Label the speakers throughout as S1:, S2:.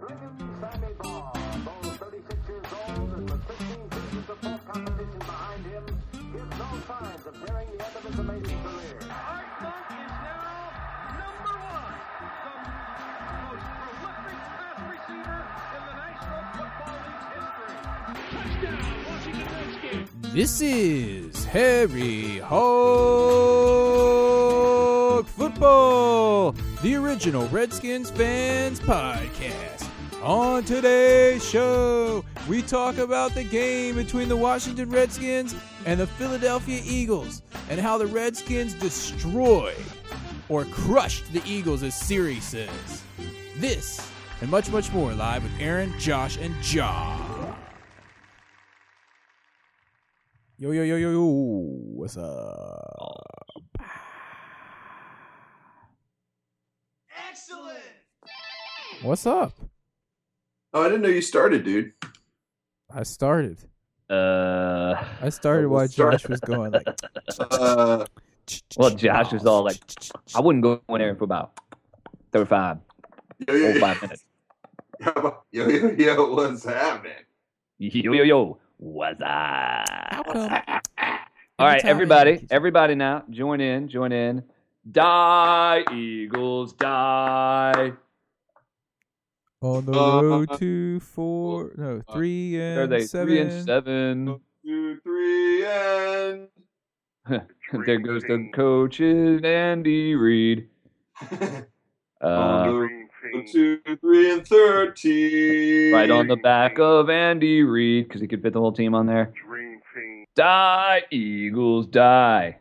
S1: Williams and Sammy Baugh, both 36 years old and with 15 seasons of top competition behind him, give no signs of nearing the end of his amazing career.
S2: Art Monk is now number one, the most prolific pass receiver in the National Football League's history. Touchdown, Washington Redskins.
S3: This is Harry Hog Football, the original Redskins fans podcast. On today's show, we talk about the game between the Washington Redskins and the Philadelphia Eagles and how the Redskins destroyed or crushed the Eagles, as Siri says. This and much, much more live with Aaron, Josh, and John. Yo, yo, yo, yo, yo. What's up? Excellent. What's up?
S4: Oh, I didn't know you started, dude.
S3: I started.
S5: Uh,
S3: I started while Josh was going like.
S4: Uh,
S5: Well, Josh was all like, I wouldn't go in there for about 35,
S4: yo, yo, yo,
S5: 45 minutes.
S4: yo, yo, yo, what's happening?
S5: Yo, yo, yo, what's up?
S3: How come?
S5: All right,
S3: time-
S5: everybody, everybody now, join in, join in. Die, Eagles, die.
S3: On the
S4: Uh,
S3: road to four, no, three and
S5: uh, Are they
S3: seven.
S5: three and seven?
S4: Two, three, and
S5: there goes the coaches, Andy Reid. Uh,
S4: two, three, and thirteen.
S5: right on the back of Andy Reid because he could fit the whole team on there. Die, Eagles, die.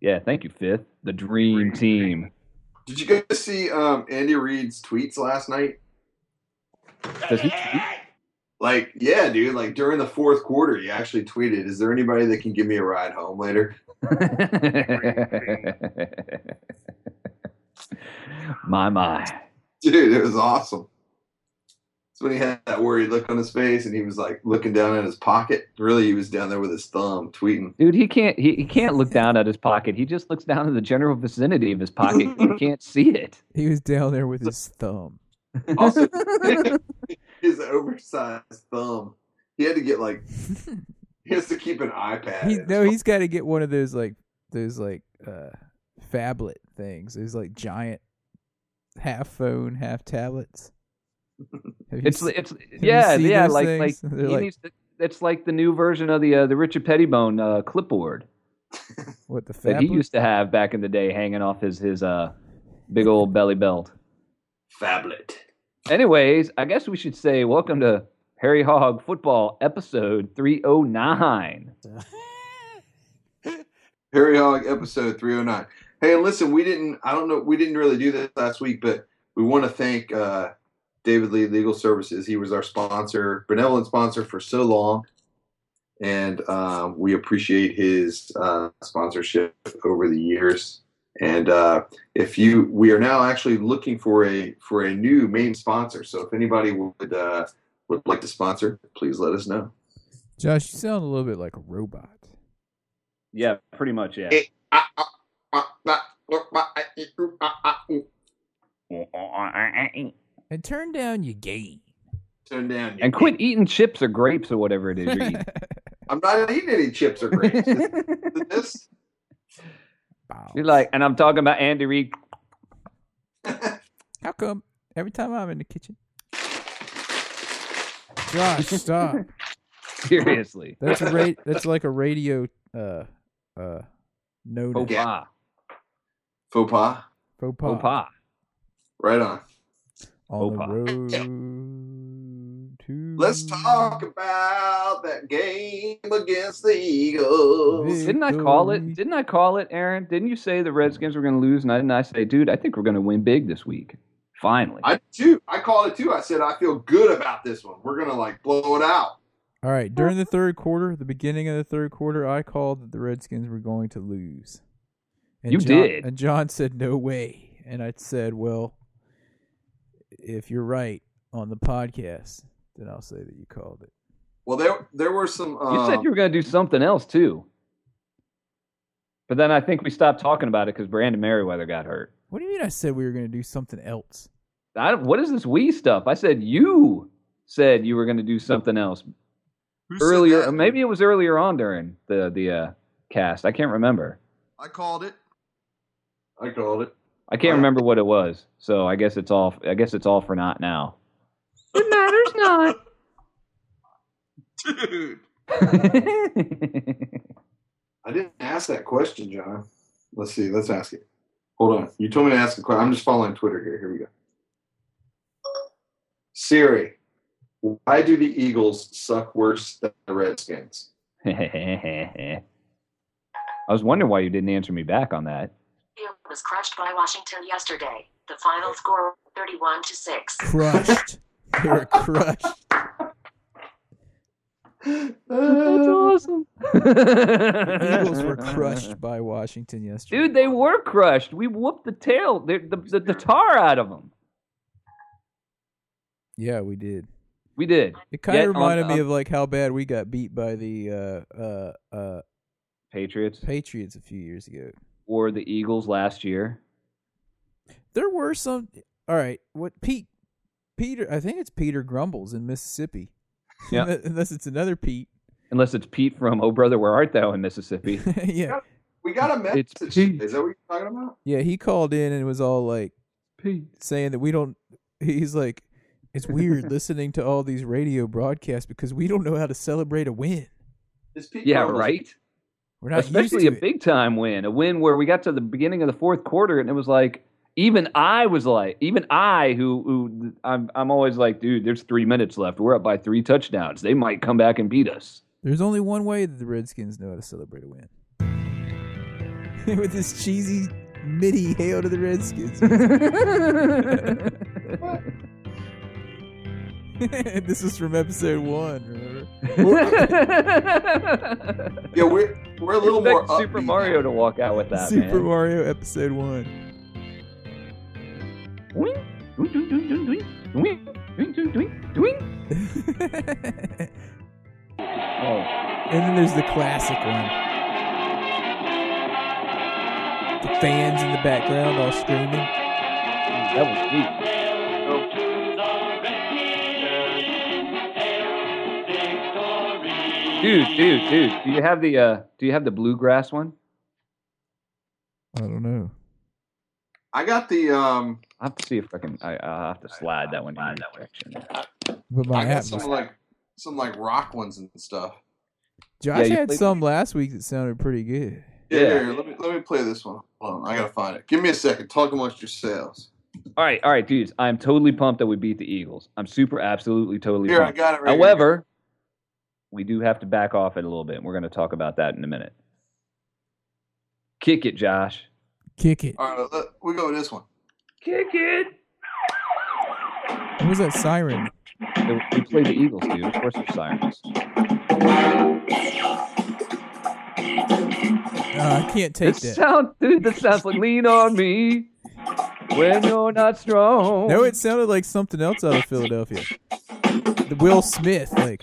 S5: Yeah, thank you, Fifth. The dream team.
S4: Did you guys see um, Andy Reid's tweets last night?
S5: Does he
S4: Like, yeah, dude. Like during the fourth quarter, he actually tweeted, "Is there anybody that can give me a ride home later?"
S5: my my.
S4: Dude, it was awesome. It's when he had that worried look on his face, and he was like looking down at his pocket. Really, he was down there with his thumb tweeting.
S5: Dude, he can't he, he can't look down at his pocket. He just looks down at the general vicinity of his pocket. You can't see it.
S3: He was down there with his thumb.
S4: Also, his oversized thumb. He had to get like he has to keep an iPad.
S3: He, no, he's got to get one of those like those like uh phablet things. Those like giant half phone, half tablets. Have you
S5: It's
S3: s-
S5: it's
S3: you
S5: yeah,
S3: seen
S5: yeah,
S3: those
S5: like like,
S3: things?
S5: he
S3: They're like-
S5: needs to, it's like the new version of the uh, the Richard Pettibone uh, clipboard
S3: what the
S5: that he
S3: phablet?
S5: used to have back in the day hanging off his his uh big old belly belt.
S4: phablet.
S5: Anyways, I guess we should say welcome to Harry Hog Football episode 309.
S4: Harry Hog episode three hundred nine. Hey, and listen, we didn't. I don't know. We didn't really do this last week, but we want to thank uh, David Lee Legal Services. He was our sponsor, benevolent sponsor for so long, and um, we appreciate his uh, sponsorship over the years. And uh, if you, we are now actually looking for a for a new main sponsor. So if anybody would uh, would like to sponsor, please let us know.
S3: Josh, you sound a little bit like a robot.
S5: Yeah, pretty much, yeah.
S4: Hey. Turn
S3: And turn down your game.
S4: down. your-
S5: And quit eating chips or grapes or whatever it is you're eating.
S4: I'm not eating any chips or grapes. This-
S3: Wow.
S5: You're like, and I'm talking about Andy Reid.
S3: How come every time I'm in the kitchen? Josh, stop.
S5: Seriously.
S3: That's a ra- that's like a radio uh uh no
S5: Faux pas.
S4: Faux pas.
S3: faux pas,
S5: Faux pas.
S4: Right on.
S3: on
S5: Faux pas.
S3: the road to
S4: Let's
S5: Mm.
S4: talk about that game against the Eagles.
S5: Didn't I call it?
S3: Victory.
S5: Didn't I call it, Aaron? Didn't you say the Redskins were going to lose? And I didn't I say, dude, I think we're going to win big this week. Finally.
S4: I too. I called it too. I said I feel good about this one. We're gonna like blow it out.
S3: All right, during the third quarter, the beginning of the third quarter, I called that the Redskins were going to lose. And
S5: You
S3: John,
S5: did.
S3: And John said, "No way." And I said, "Well, if you're right on the podcast, then I'll say that you called it."
S4: Well, there there were some. Um,
S5: You said you were going to do something else too. But then I think we stopped talking about it because Brandon Merriweather got hurt.
S3: What do you mean I said we were going to do something else?
S5: I don't, what is this we stuff? I said you said you were going to do something else
S6: Who said
S5: earlier.
S6: that?
S5: Maybe it was earlier on during the the uh, cast. I can't remember.
S6: I called it.
S4: I called it.
S5: I can't remember what it was. So I guess it's all. I guess it's all for naught now. It matters not.
S6: Dude.
S4: I didn't ask that question, John. Let's see. Let's ask it. Hold on. You told me to ask a question. I'm just following Twitter here. Here we go. Siri, why do the Eagles suck worse than the Redskins?
S5: I was wondering why you didn't answer me back on that.
S7: Hill was crushed by Washington yesterday. The final score 31 to 6.
S3: Crushed. they were crushed.
S5: That's awesome.
S3: The Eagles were crushed by Washington yesterday.
S5: Dude, they were crushed. We whooped the tail, the, the, the, the tar out of them.
S3: Yeah, we did.
S5: We did.
S3: It kind
S5: Yet
S3: of
S5: on-
S3: reminded me
S5: on-
S3: of like how bad we got beat by the uh, uh, uh,
S5: Patriots
S3: Patriots a few years ago.
S5: or the Eagles last year.
S3: There were some. All right, what Pete? Peter, I think it's Peter Grumbles in Mississippi.
S5: Yeah.
S3: unless it's another Pete.
S5: Unless it's Pete from Oh Brother Where Art Thou in Mississippi.
S3: yeah,
S4: We got a message.
S5: It's Pete.
S4: Is that what you're talking about?
S3: yeah. He called in and was all like
S5: Pete.
S3: saying that we don't. He's like, it's weird listening to all these radio broadcasts because we don't know how to celebrate a win.
S4: Is Pete
S5: Yeah,
S4: Carlos-
S5: right?
S3: We're not
S5: Especially a
S3: used to it.
S5: big time win, a win where we got to the beginning of the fourth quarter and it was like, even I was like, even I who who I'm I'm always like, dude, there's three minutes left. We're up by three touchdowns. They might come back and beat us.
S3: There's only one way that the Redskins know how to celebrate a win. With this cheesy MIDI hail to the Redskins. this is from episode one, remember?
S4: Yeah, we're we're a little more
S5: Expect
S4: upbeat.
S5: Super Mario to walk out with that.
S3: Super
S5: man.
S3: Mario episode one.
S5: Doing, doing, doing, doing, doing, doing, doing, doing, doing.
S3: and
S5: Oh,
S3: then there's the classic one. The fans in the background all screaming.
S5: that was sweet. Dude, dude, dude. Do you have the uh do you have the bluegrass one?
S3: I don't know.
S4: I got the um.
S5: I have to see if I can I I'll have to slide that one in your direction.
S3: But
S4: I
S3: my
S4: got
S3: app.
S4: some like some like rock ones and stuff.
S3: Josh
S5: you
S3: had
S5: played-
S3: some last week that sounded pretty good.
S4: Yeah,
S5: Yeah.
S4: here, let me let me play this one. Hold on, I gotta find it. Give me a second. Talk amongst yourselves.
S5: All right, all right, dudes. I'm totally pumped that we beat the Eagles. I'm super absolutely totally
S4: Here, I
S5: pumped.
S4: got it. Right here.
S5: However, we do have to back off it a little bit. and We're going to talk about that in a minute. Kick it, Josh.
S3: Kick it.
S4: all right, let, we go with this one.
S5: Kick it.
S3: What was that siren?
S5: We play the Eagles, dude. Of course, they're sirens.
S3: Uh, I can't take
S5: This
S3: that.
S5: sound, dude. This sounds like "Lean on Me" when you're not strong.
S3: No, it sounded like something else out of Philadelphia. The Will Smith, like,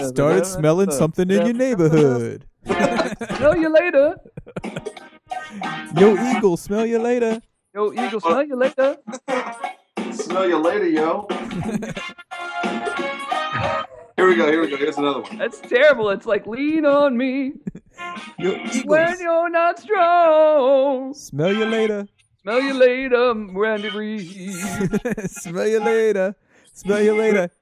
S3: started smelling something in your neighborhood.
S5: Smell you later.
S3: Yo, Eagle, smell you later.
S5: Yo, Eagles, smell you later.
S4: Smell you later, yo. here we go. Here we go. Here's another one.
S5: That's terrible. It's like "Lean on Me"
S3: Yo, Eagles,
S5: when you're not strong.
S3: smell you later.
S5: Smell you later, Randy Reed.
S3: smell you later. Smell you later.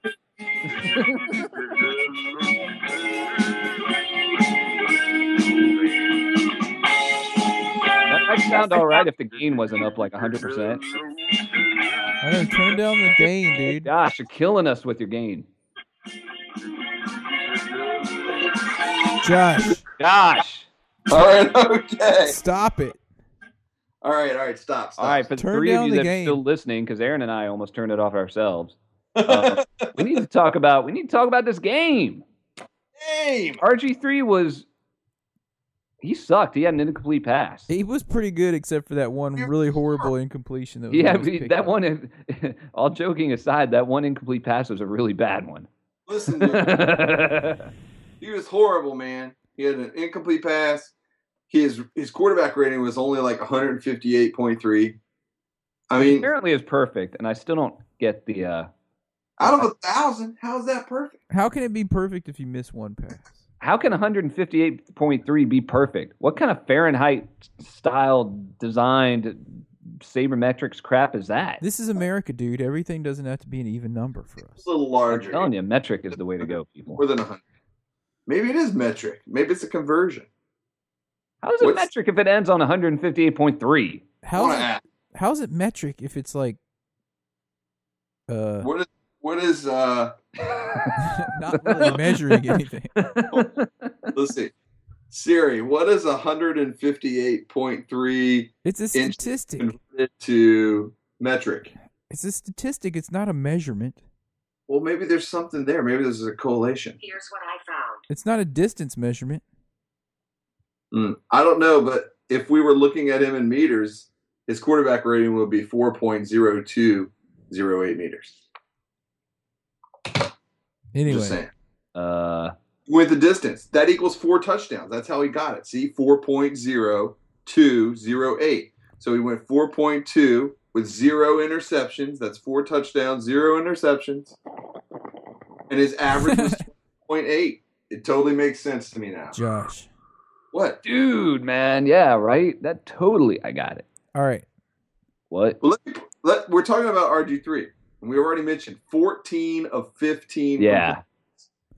S5: That might sound all right if the gain wasn't up like 100%.
S3: I know, turn down the gain, dude.
S5: Gosh, you're killing us with your gain.
S3: Josh,
S5: Gosh.
S4: All right. Okay.
S3: stop it.
S4: All right. All right. Stop. stop.
S5: All right, for the
S3: Turn
S5: three of
S3: down
S5: you
S3: the
S5: that
S3: gain.
S5: are still listening, because Aaron and I almost turned it off ourselves. uh, we need to talk about we need to talk about this game.
S4: Game.
S5: RG three was he sucked. He had an incomplete pass.
S3: He was pretty good except for that one really horrible incompletion. That was
S5: Yeah,
S3: almost picked
S5: that
S3: up.
S5: one. All joking aside, that one incomplete pass was a really bad one.
S4: Listen, dude, he was horrible, man. He had an incomplete pass. his his quarterback rating was only like 158.3. I mean,
S5: Apparently, it's perfect, and I still don't get the. Uh,
S4: out of a thousand, how's that perfect?
S3: How can it be perfect if you miss one pass?
S5: how can 158.3 be perfect? What kind of Fahrenheit style designed sabermetrics crap is that?
S3: This is America, dude. Everything doesn't have to be an even number for us.
S4: It's a little
S5: I'm
S4: larger,
S5: telling you, metric is the way to go, people.
S4: more than 100. Maybe it is metric. Maybe it's a conversion.
S5: How is it
S4: what's-
S5: metric if it ends on 158.3?
S3: How's
S4: Wanna
S3: it,
S4: ask,
S3: how's it metric if it's like uh
S4: what is what is uh?
S3: not really measuring anything?
S4: let's see, Siri, what is 158.3
S3: It's a
S4: Inch-
S3: statistic.
S4: converted to metric?
S3: It's a statistic. It's not a measurement.
S4: Well, maybe there's something there. Maybe there's a correlation.
S7: Here's what I found.
S3: It's not a distance measurement.
S4: Mm, I don't know, but if we were looking at him in meters, his quarterback rating would be 4.0208 meters. Just
S3: Anyway,
S4: saying.
S5: Uh,
S4: With the distance, that equals four touchdowns. That's how he got it. See, 4.0208. So he went 4.2 with zero interceptions. That's four touchdowns, zero interceptions. And his average was 0.8. It totally makes sense to me now.
S3: Josh.
S4: What?
S5: dude, man, yeah, right? That totally, I got it.
S3: All right.
S5: What?
S4: Well, let me, let, we're talking about RG3, and we already mentioned 14 of 15. from-
S5: Yeah.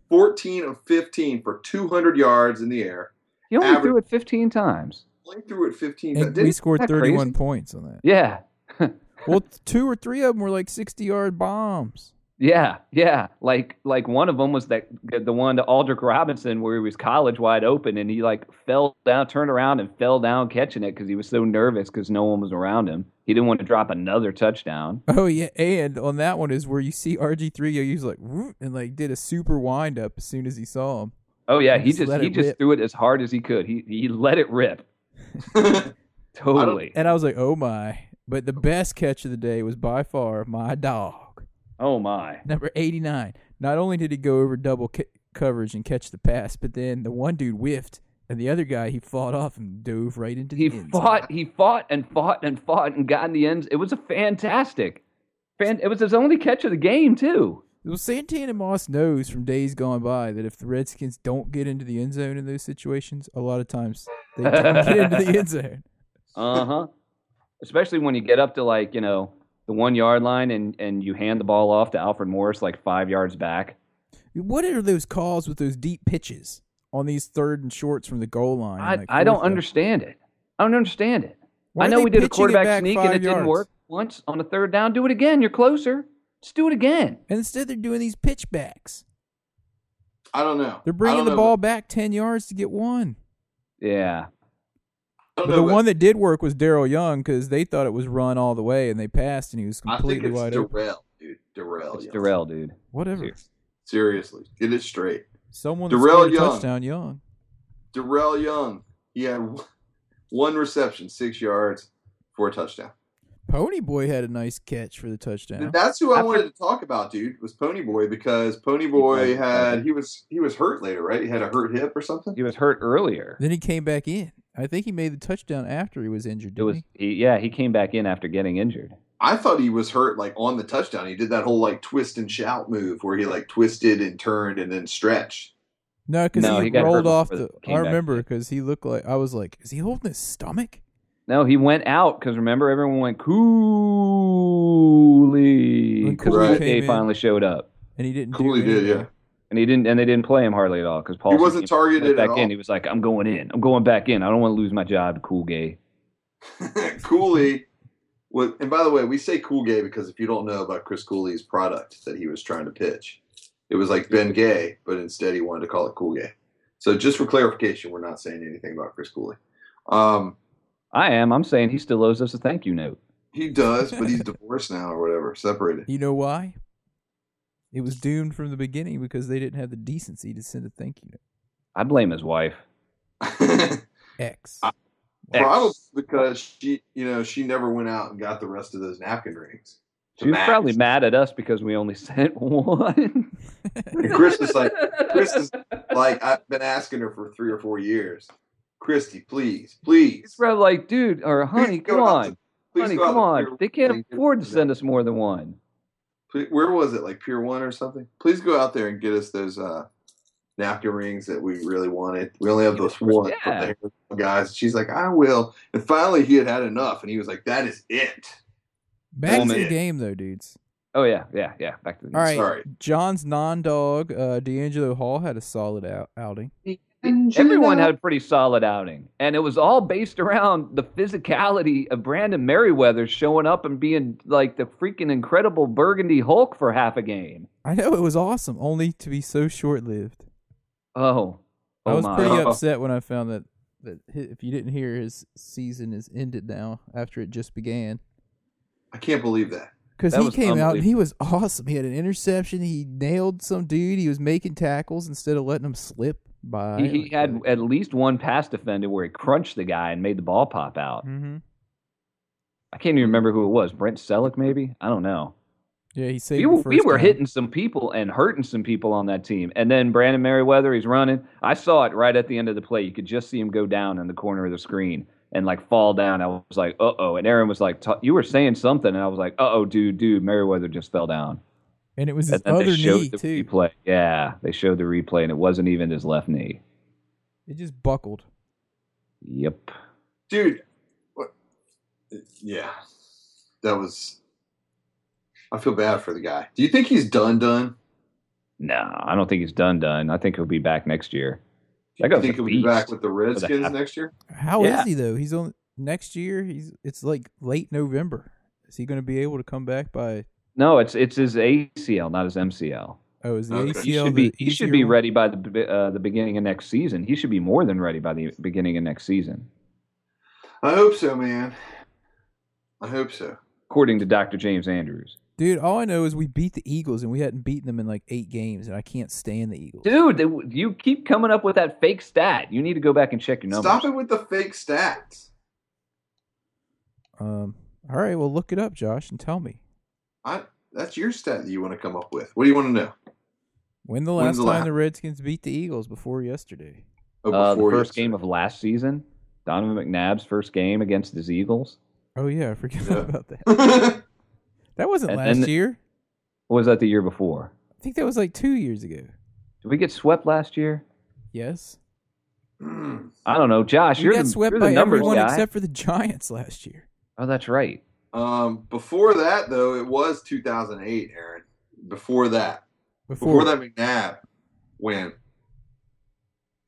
S4: 14 of 15 for 200 yards in the air.
S5: He only
S4: Average-
S5: threw it 15 times.
S4: Only threw it 15.
S3: And
S4: Didn't-
S3: we scored
S5: that
S3: 31
S5: crazy?
S3: points on that.
S5: Yeah.
S3: Well, two or three of them were like 60 yard bombs.
S5: Yeah, yeah. Like like one of them was that the one to Aldrich Robinson where he was college wide open and he like fell down, turned around and fell down catching it because he was so nervous because no one was around him. He didn't want to drop another touchdown.
S3: Oh, yeah. And on that one is where you see RG3, he was like, "Whoop," and like did a super wind up as soon as he saw him.
S5: Oh yeah, he
S3: Just
S5: just
S3: let
S5: he
S3: it
S5: just
S3: rip.
S5: threw it as hard as he could. He he let it rip. Totally.
S3: And I was like, oh my. But the best catch of the day was by far my dog,
S5: Oh my.
S3: number 89. Not only did he go over double ca- coverage and catch the pass, but then the one dude whiffed, and the other guy, he fought off and dove right into the
S5: He
S3: end zone.
S5: fought he fought and fought and fought and got in the ends. It was a fantastic. Fan, it was his only catch of the game too.
S3: Well, Santana Moss knows from days gone by that if the Redskins don't get into the end zone in those situations, a lot of times they don't get into the end zone.
S5: Uh huh. Especially when you get up to like you know the one yard line and and you hand the ball off to Alfred Morris like five yards back.
S3: What are those calls with those deep pitches on these third and shorts from the goal line?
S5: I
S3: like
S5: I don't
S3: fourth down?
S5: understand it. I don't understand it.
S3: Why
S5: I
S3: are
S5: know
S3: they
S5: we did a
S3: pitching it
S5: quarterback
S3: back
S5: sneak and
S3: five
S5: it didn't
S3: yards?
S5: work once on a third down. Do it again. You're closer. Just do it again.
S3: And instead, they're doing these pitchbacks.
S4: I don't know.
S3: They're
S4: I
S3: bringing
S4: don't
S3: the
S4: know,
S3: ball back ten yards to get one.
S5: Yeah.
S4: but- I don't
S3: But
S4: know,
S3: the
S4: but
S3: one that did work was Daryl Young because they thought it was run all the way and they passed and he was
S4: I think
S3: completely
S4: it's
S3: wide open.
S4: Darrell, dude. Darrell.
S5: It's
S4: Young.
S5: Darrell, dude.
S3: Whatever.
S4: Seriously, get it straight.
S3: Someone
S4: Darrell
S3: Darrell
S4: Young.
S3: touchdown Young.
S4: Darrell Young. He had w- one reception, six yards, for a touchdown.
S3: Pony Boy had a nice catch for the touchdown.
S4: That's who I
S5: After-
S4: wanted to talk about, dude. Was Pony Boy because Pony
S5: played-
S4: Boy had he was he was hurt later, right? He had a hurt hip or something.
S5: He was hurt earlier.
S3: Then he came back in. I think he made the touchdown after he was injured.
S5: It
S3: Didn't
S5: was
S3: he?
S5: he, yeah. He came back in after getting injured.
S4: I thought he was hurt like on the touchdown. He did that whole like twist and shout move where he like twisted and turned and then stretched.
S3: No, because
S5: No,
S3: he,
S5: he got
S3: rolled
S5: hurt
S3: off
S5: before
S3: the.
S5: he
S3: I
S5: came back.
S3: remember because he looked like I was like, is he holding his stomach?
S5: No, he went out because remember everyone went coolly
S3: When
S5: because
S4: Cooley
S5: they
S3: came in.
S5: finally showed up
S3: And he didn't.
S4: Cool,
S3: do
S4: he did,
S3: anything.
S4: yeah.
S5: and he didn't and they didn't play him hardly at all because Paul
S4: he wasn't targeted
S5: back
S4: at all.
S5: in. He was like, "I'm going in. I'm going back in. I don't want to lose my job." Cool gay.
S4: Cooley was, and by the way, we say Cool Gay because if you don't know about Chris Cooley's product that he was trying to pitch, it was like Ben Gay, but instead he wanted to call it Cool Gay. So just for clarification, we're not saying anything about Chris Cooley. Um,
S5: I am. I'm saying he still owes us a thank you note.
S4: he does, but he's divorced now or whatever, separated.
S3: You know why? It was doomed from the beginning because they didn't have the decency to send a thank you note.
S5: I blame his wife.
S3: X.
S4: I- Probably because she, you know, she never went out and got the rest of those napkin rings.
S5: She was
S4: Max.
S5: probably mad at us because we only sent one.
S4: And Chris is like, Chris is like, I've been asking her for three or four years. Christy, please, please.
S5: It's probably like, dude, or honey,
S4: Please go
S5: come
S4: out
S5: on.
S4: to- please
S5: honey,
S4: go out
S5: come
S4: to
S5: on.
S4: Pier-
S5: They
S4: and
S5: can't
S4: get
S5: afford to
S4: us
S5: send us more than one.
S4: Pl- Where was it? Like Pier One or something? Please go out there and get us those uh, napkin rings that we really wanted. We only have those one from
S5: Yeah.
S4: the Harris guys. She's like, I will. And finally, he had had enough, and he was like, That is it.
S3: Back to the
S4: Woman.
S3: game though, dudes.
S5: Oh yeah, yeah, yeah. Back to the
S3: All right,
S4: Sorry.
S3: John's non-dog uh, D'Angelo Hall had a solid out- outing.
S5: Everyone had a pretty solid outing, and it was all based around the physicality of Brandon Merriweather showing up and being like the freaking incredible Burgundy Hulk for half a game.
S3: I know it was awesome, only to be so short-lived.
S5: Oh,
S3: I
S5: oh
S3: was
S5: my!
S3: pretty upset when I found that that hi- if you didn't hear his season is ended now after it just began
S4: I can't believe that.
S3: because
S5: That
S3: he
S5: was
S3: came out and he was awesome. He had an interception. He nailed some dude. He was making tackles instead of letting him slip by.
S5: He, he had at least one pass defended where he crunched the guy and made the ball pop out.
S3: hmm
S5: I can't even remember who it was. Brent Selleck, maybe? I don't know.
S3: Yeah, he saved.
S5: We,
S3: the
S5: were- we
S3: first
S5: were
S3: down.
S5: hitting some people and hurting some people on that team. And then Brandon Merriweather, he's running. I saw it right at the end of the play. You could just see him go down in the corner of the screen and like fall down. I was like, uh oh. And Aaron was like, "Ta- you were saying something. And I was like, uh oh, dude, dude, Merriweather just fell down.
S3: and it was his
S5: And then
S3: other
S5: they showed
S3: knee
S5: the
S3: too.
S5: replay. Yeah, they showed the replay and it wasn't even his left knee.
S3: It just buckled.
S5: Yep.
S4: dude. What? Yeah, that was. I feel bad for the guy. Do you think he's done? Done?
S5: No, I don't think he's done, done. I think he'll be back next year.
S4: Do
S5: That
S4: you
S5: guy's
S4: think
S5: a
S4: he'll be
S5: beast.
S4: back with the Redskins
S5: half-
S4: next year?
S3: How is
S5: Yeah.
S3: he though? He's on next year. He's it's like late November. Is he going to be able to come back by?
S5: No, it's it's his ACL, not his MCL.
S3: Oh, is the
S4: Okay.
S3: ACL?
S5: He should
S3: the
S5: be he should be
S3: easier one?
S5: ready by the be- uh, the beginning of next season. He should be more than ready by the beginning of next season,
S4: I hope so, man. I hope so.
S5: according to Dr. James Andrews.
S3: Dude, all I know is we beat the Eagles and we hadn't beaten them in like eight games, and I can't stand the Eagles.
S5: Dude, they, you keep coming up with that fake stat. You need to go back and check your numbers.
S4: Stop it with the fake stats.
S3: Um, all right, well, look it up, Josh, and tell me
S4: I that's your stat that you want to come up with. What do you want to know?
S3: when the last
S4: When's the
S3: time
S4: la-
S3: the Redskins beat the Eagles before yesterday.
S4: Oh,
S5: Uh, the
S4: before
S5: first
S4: yesterday.
S5: game of last season, Donovan McNabb's first game against his Eagles.
S3: Oh yeah, I forgot
S4: Yeah.
S3: about that. That wasn't
S5: And
S3: last
S5: then-
S3: year.
S5: Or was that the year before?
S3: I think that was like two years ago.
S5: Did we get swept last year?
S3: Yes,
S4: Mm.
S5: I don't know, Josh.
S3: we
S5: you're
S3: got
S5: the,
S3: swept
S5: you're the
S3: by
S5: numbers
S3: everyone
S5: guy.
S3: except for the Giants last year.
S5: oh, that's right.
S4: um, before that though, it was 2008, Aaron. Before that, before
S3: Before,
S4: that McNabb win,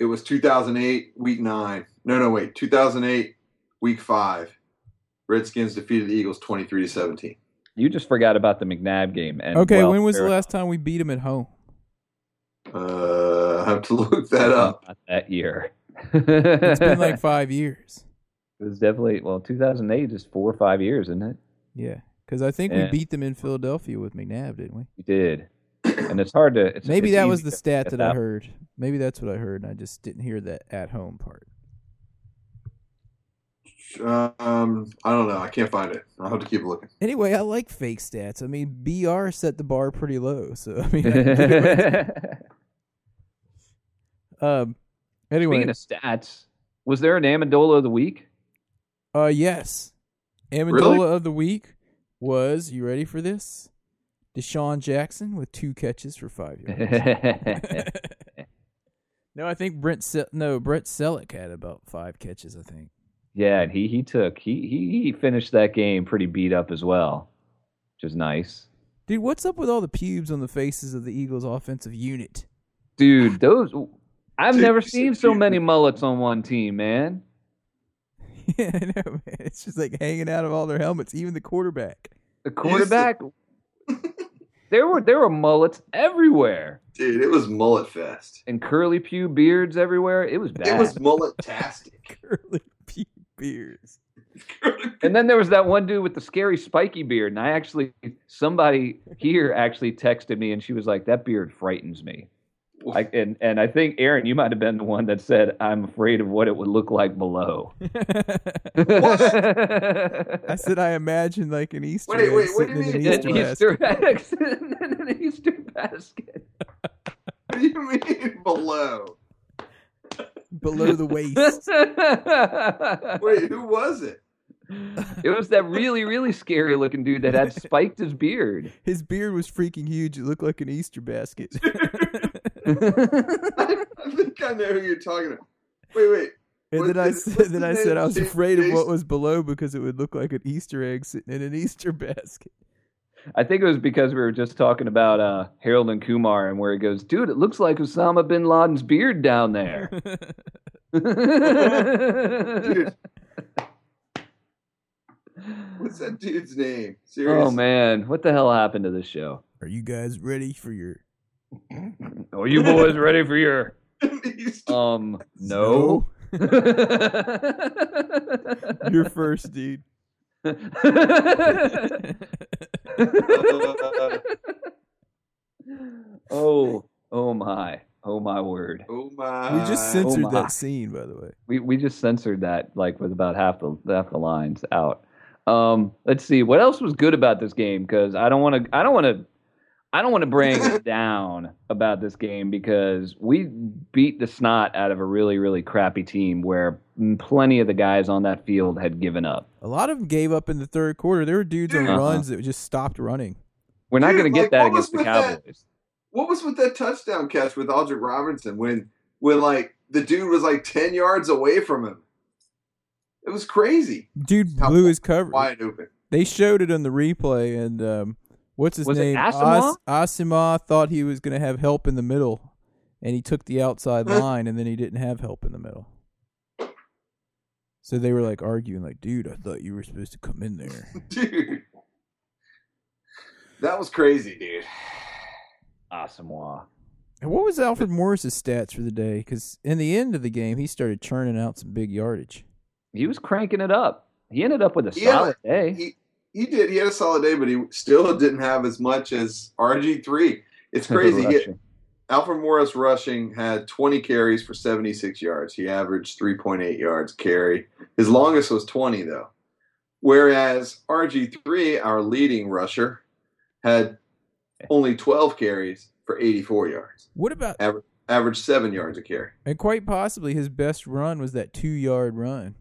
S4: it was 2008 week nine. No, no, wait, 2008 week five. Redskins defeated the Eagles 23 to 17.
S5: You just forgot about the McNabb game. And
S3: okay,
S5: well,
S3: when was the
S5: fair-
S3: last time we beat them at home?
S4: Uh, I have to look that up.
S5: Not that year.
S3: It's been like five years.
S5: It was definitely well, 2008 is four or five years, isn't it?
S3: Yeah, because I think we
S5: Yeah.
S3: beat them in Philadelphia with McNabb, didn't we?
S5: You did, and it's hard to. It's,
S3: Maybe
S5: it's
S3: that was
S5: easy
S3: the
S5: to
S3: stat
S5: forget
S3: that I heard. Maybe that's what I heard, and I just didn't hear that at home part.
S4: Um, I don't know. I can't find it. I'll have to keep looking.
S3: Anyway, I like fake stats. I mean, BR set the bar pretty low, so I mean, I can get away- um, anyway,
S5: Speaking of stats, was there an Amendola of the week?
S3: uh, yes, Amendola of the week was you ready for this? Deshaun Jackson with two catches for five yards. no, I think Brent. Se- no, Brett Selleck had about five catches. I think.
S5: yeah, and he he took he he he finished that game pretty beat up as well, which is nice.
S3: Dude, what's up with all the pubes on the faces of the Eagles' offensive unit?
S5: Dude, those I've
S4: Dude,
S5: never
S4: you
S5: seen
S4: said
S5: so
S4: you-
S5: many mullets on one team, man.
S3: yeah, I know, man. It's just like hanging out of all their helmets, even the quarterback.
S5: The quarterback. there were there were mullets everywhere
S4: Dude, it was mullet fest.
S5: and curly pew beards everywhere. It was bad.
S4: It was mullet tastic.
S3: Curly pube beards.
S5: and then there was that one dude with the scary spiky beard. And I actually somebody here actually texted me and she was like, "That beard frightens me." I, and and I think Aaron, you might have been the one that said, "I'm afraid of what it would look like below."
S3: I said I imagine like an Easter
S4: Wait,
S3: egg
S4: wait, what
S3: sitting
S4: do you
S3: in an
S4: mean?
S5: An
S3: Easter basket.
S5: Easter egg and then an Easter basket.
S4: what do you mean below?
S3: below the waist.
S5: it
S4: Wait, who was it?
S5: was that really, really scary looking dude that had spiked his beard.
S3: His beard was freaking huge. It looked like an Easter basket.
S4: I think I know who you're talking about. Wait, wait.
S3: and
S4: What-
S3: then I
S4: is-
S3: said,
S4: what's
S3: then
S4: his
S3: I
S4: name?
S3: said I was
S4: Jason-
S3: afraid of what
S4: Jason-
S3: was below because it would look like an Easter egg sitting in an Easter basket.
S5: I think it was because we were just talking about uh, Harold and Kumar and where he goes, dude, it looks like Osama bin Laden's beard down there.
S4: Dude. What's that dude's name? Seriously.
S5: oh, man. What the hell happened to this show?
S3: Are you guys ready for your
S5: Are you boys ready for your.
S4: He's-
S5: Um, no.
S3: No? You're first, dude.
S5: oh, oh my. Oh my word.
S4: oh my.
S3: We just censored
S5: my.
S3: that scene, by the way.
S5: We we just censored that like with about half the half the lines out. Um, let's see what else was good about this game cuz I don't want to I don't want to I don't want to bring it down about this game because we beat the snot out of a really really crappy team where plenty of the guys on that field had given up.
S3: A lot of them gave up in the third quarter. There were dudes on
S5: Uh-huh.
S3: runs that just stopped running.
S5: We're not
S4: Dude,
S5: going to
S4: like,
S5: get that
S4: what was
S5: against the
S4: with that?
S5: Cowboys.
S4: What was with that touchdown catch with Aldrich Robinson when when like the dude was like ten yards away from him? It was crazy.
S3: Dude
S4: How-
S3: blew his cover.
S4: Wide open.
S3: They showed it on the replay, and um, what's his
S5: Was it
S3: name?
S5: Asamoah?
S3: Asimov thought he was going to have help in the middle, and he took the outside line, and then he didn't have help in the middle. So they were like arguing, like, "Dude, I thought you were supposed to come in there."
S4: Dude. That was crazy, dude.
S5: Ah, Asamoah.
S3: and what was Alfred Morris's stats for the day? Because in the end of the game, he started churning out some big yardage.
S5: He was cranking it up. He ended up with a
S4: Yeah,
S5: solid day.
S4: He he did. He had a solid day, but he still didn't have as much as RG three. It's crazy. He-
S5: Rushing.
S4: Alfred Morris rushing had 20 carries for 76 yards. He averaged 3.8 yards carry. His longest was 20 though. Whereas RG3, our leading rusher, had only 12 carries for 84 yards.
S3: What about?
S4: Averaged 7 yards a carry.
S3: And quite possibly his best run was that two-yard run,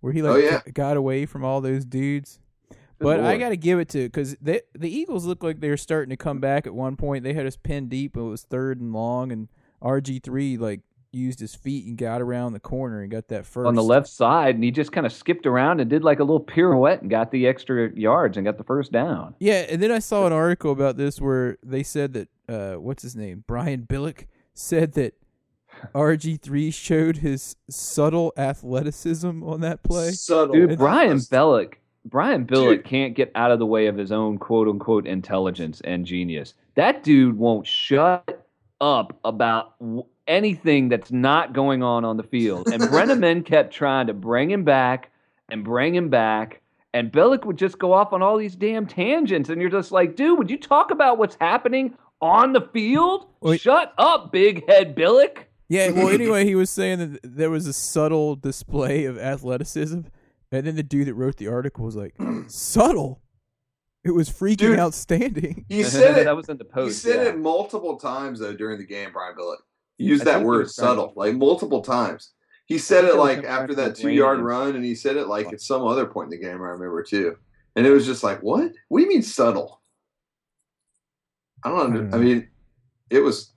S3: where he like
S4: Oh, yeah.
S3: g- got away from all those dudes.
S5: Good
S3: But I
S5: lord.
S3: got to give it to because the the Eagles looked like they were starting to come back at one point. They had us pinned deep. But it was third and long, and RG three like used his feet and got around the corner and got that first
S5: on the left side, and he just kind of skipped around and did like a little pirouette and got the extra yards and got the first down.
S3: Yeah, and then I saw an article about this where they said that uh, what's his name Brian Billick said that RG three showed his subtle athleticism on that play.
S4: Subtle.
S5: Dude, Brian
S4: Just-
S5: Bellick, Brian Billick
S4: Dude.
S5: can't get out of the way of his own quote unquote intelligence and genius. That dude won't shut up about w- anything that's not going on on the field. And Brenneman kept trying to bring him back and bring him back. And Billick would just go off on all these damn tangents. And you're just like, dude, would you talk about what's happening on the field?
S3: Wait.
S5: Shut up, big head Billick.
S3: Yeah, well, anyway, he was saying that there was a subtle display of athleticism, and then the dude that wrote the article was like, "Subtle." It was freaking
S4: Dude.
S3: outstanding.
S4: He said it.
S5: that was in the post.
S4: he said
S5: yeah.
S4: it multiple times though during the game, Brian Billick. He used
S5: I think
S4: that
S5: he
S4: word
S5: was trying to-
S4: subtle, like multiple times. He said
S5: think
S4: it
S5: it was
S4: like
S5: him
S4: after
S5: trying to
S4: that two yard
S5: blame-
S4: run, and he said it like at some other point in the game. I remember too, and it was just like, "What? What do you mean subtle?" I don't. Under- I,
S3: don't
S5: Hmm.
S3: know.
S4: mean, it was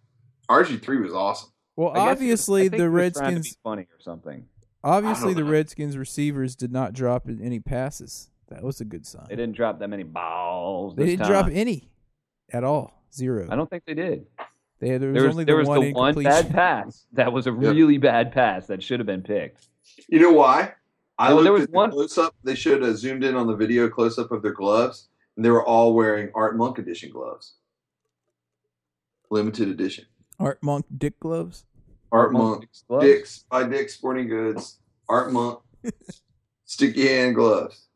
S4: RG three was awesome.
S3: Well,
S5: I guess it- I
S3: obviously
S5: think
S3: the
S5: he was trying to be
S3: Redskins,
S5: funny or something.
S3: obviously
S4: I don't
S3: the
S4: know.
S3: Redskins receivers did not drop in any passes. That was a good sign.
S5: They didn't drop that many balls.
S3: They
S5: this
S3: didn't drop
S5: time.
S3: any at all. Zero.
S5: I don't think they did.
S3: They had, there was
S5: There was,
S3: only
S5: there
S3: the
S5: was
S3: one
S5: the one bad
S3: incompletion.
S5: pass that was a
S4: Yeah.
S5: really bad pass that should have been picked.
S4: You know why? I
S5: Well,
S4: looked
S5: there was
S4: at
S5: one-
S4: close up. They should have zoomed in on the video close up of their gloves, and they were all wearing Art Monk edition gloves, limited edition.
S3: Art Monk dick gloves.
S4: Art Monk.
S5: Dick's gloves.
S4: Dick's by Dick's Sporting Goods. Art Monk. Sticky hand gloves.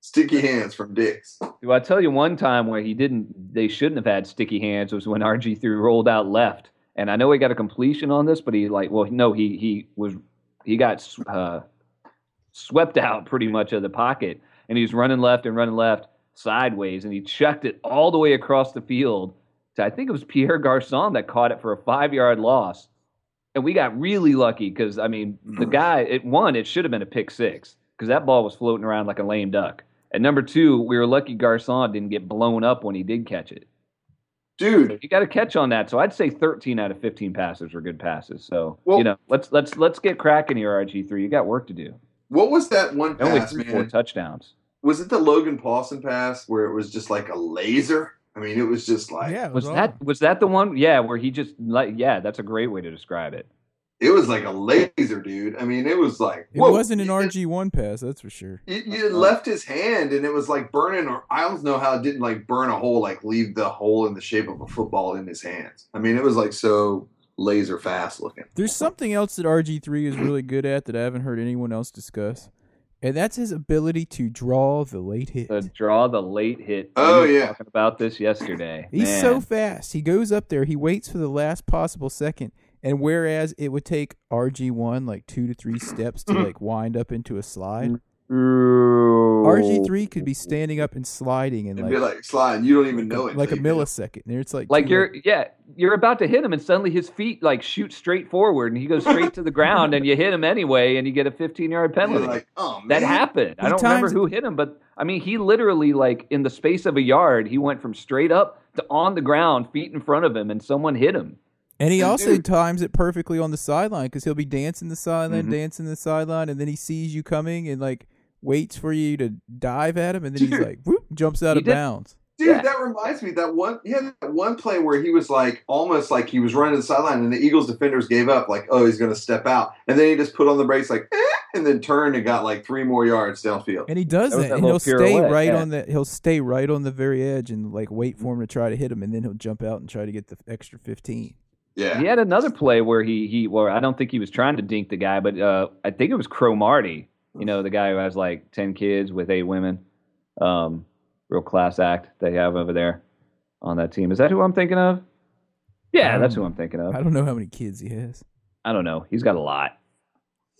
S4: Sticky hands from Dick's.
S5: Do I tell you one time where he didn't? They shouldn't have had sticky hands. Was when RG three rolled out left, and I know he got a completion on this, but he like, well, no, he he was he got sw- uh, swept out pretty much of the pocket, and he's running left and running left sideways, and he chucked it all the way across the field. To, I think it was Pierre Garcon that caught it for a five yard loss. and we got really lucky because I mean the guy it one it should have been a pick six because that ball was floating around like a lame duck. And number two, we were lucky Garcon didn't get blown up when he did catch it.
S4: dude.
S5: You got a catch on that, so I'd say 13 out of 15 passes were good passes. So
S4: Well-
S5: you know, let's let's let's get cracking here, RG three. You got work to do.
S4: What was that one
S5: And Only
S4: pass,
S5: three, four
S4: man?
S5: touchdowns.
S4: Was it the Logan Paulson pass where it was just like a laser? I mean, it was just like
S3: yeah, it
S5: Was
S3: was
S5: that was that the one? Yeah, where he just like yeah, that's a great way to describe it.
S4: it was like a laser, dude. I mean, it was like
S3: It
S4: whoa.
S3: wasn't an RG one pass, that's for sure.
S4: It, it left his hand, and it was like burning. Or I don't know how it didn't like burn a hole, like leave the hole in the shape of a football in his hands. I mean, it was like so laser fast looking.
S3: There's something else that RG three is really good at that I haven't heard anyone else discuss, and that's his ability to draw the late hit.
S5: The draw the late hit.
S4: Oh,
S5: We were
S4: yeah.
S5: talking about this yesterday.
S3: He's
S5: Man.
S3: so fast. He goes up there. He waits for the last possible second. And whereas it would take RG one like two to three steps to like wind up into a slide, RG three could be standing up and sliding in
S4: It'd be
S3: like
S4: like sliding. You don't even know it.
S3: like a
S4: till you do it.
S3: millisecond. And it's like
S5: like
S3: too
S5: you're
S3: late.
S5: yeah you're about to hit him and suddenly his feet like shoot straight forward and he goes straight to the ground and you hit him anyway and you get a 15 yard
S4: You're
S5: penalty
S4: like, oh man,
S5: that happened i
S3: He
S5: don't remember
S3: times-
S5: who hit him but i mean he literally like in the space of a yard he went from straight up to on the ground feet in front of him and someone hit him
S3: And he
S4: And
S3: also
S4: dude-
S3: times it perfectly on the sideline because he'll be dancing the sideline,
S5: Mm-hmm.
S3: dancing the sideline, and then he sees you coming and like waits for you to dive at him, and then he's
S4: Dude.
S3: like whoop, jumps out
S5: He
S3: of
S5: did-
S3: bounds.
S4: Dude,
S5: Yeah.
S4: that reminds me that one yeah, that one play where he was like almost like he was running to the sideline and the Eagles defenders gave up, like, oh, he's gonna step out. And then he just put on the brakes like eh, and then turned and got like three more yards downfield.
S3: And he does
S5: That
S3: that.
S5: was that
S3: and he'll
S5: little
S3: stay
S5: pirouette,
S3: right
S5: yeah.
S3: on the he'll stay right on the very edge and like wait for him to try to hit him, and then he'll jump out and try to get the extra fifteen.
S4: Yeah.
S5: He had another play where he he where I don't think he was trying to dink the guy, but uh, I think it was Crow Marty. You know, the guy who has like ten kids with eight women. Um, real class act they have over there on that team. Is that who I'm thinking of? Yeah, that's who I'm thinking
S3: I
S5: of.
S3: don't know how many kids he has.
S5: I don't know. He's got a lot,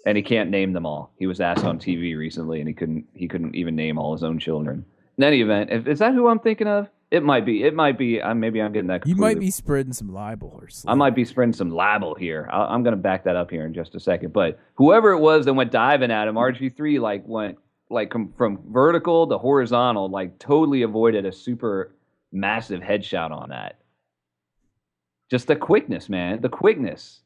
S5: and he can't name them all. He was asked on TV recently, and he couldn't he couldn't even name all his own children. In any event, if, is that who I'm thinking of? It might be. It might be. I maybe I'm getting that.
S3: You might
S5: completely
S3: be spreading some libel or something.
S5: I might be spreading some libel here. I, I'm going to back that up here in just a second. But whoever it was that went diving at him, RG3 like went like com- from vertical to horizontal, like totally avoided a super massive headshot on that. Just the quickness, man. The quickness.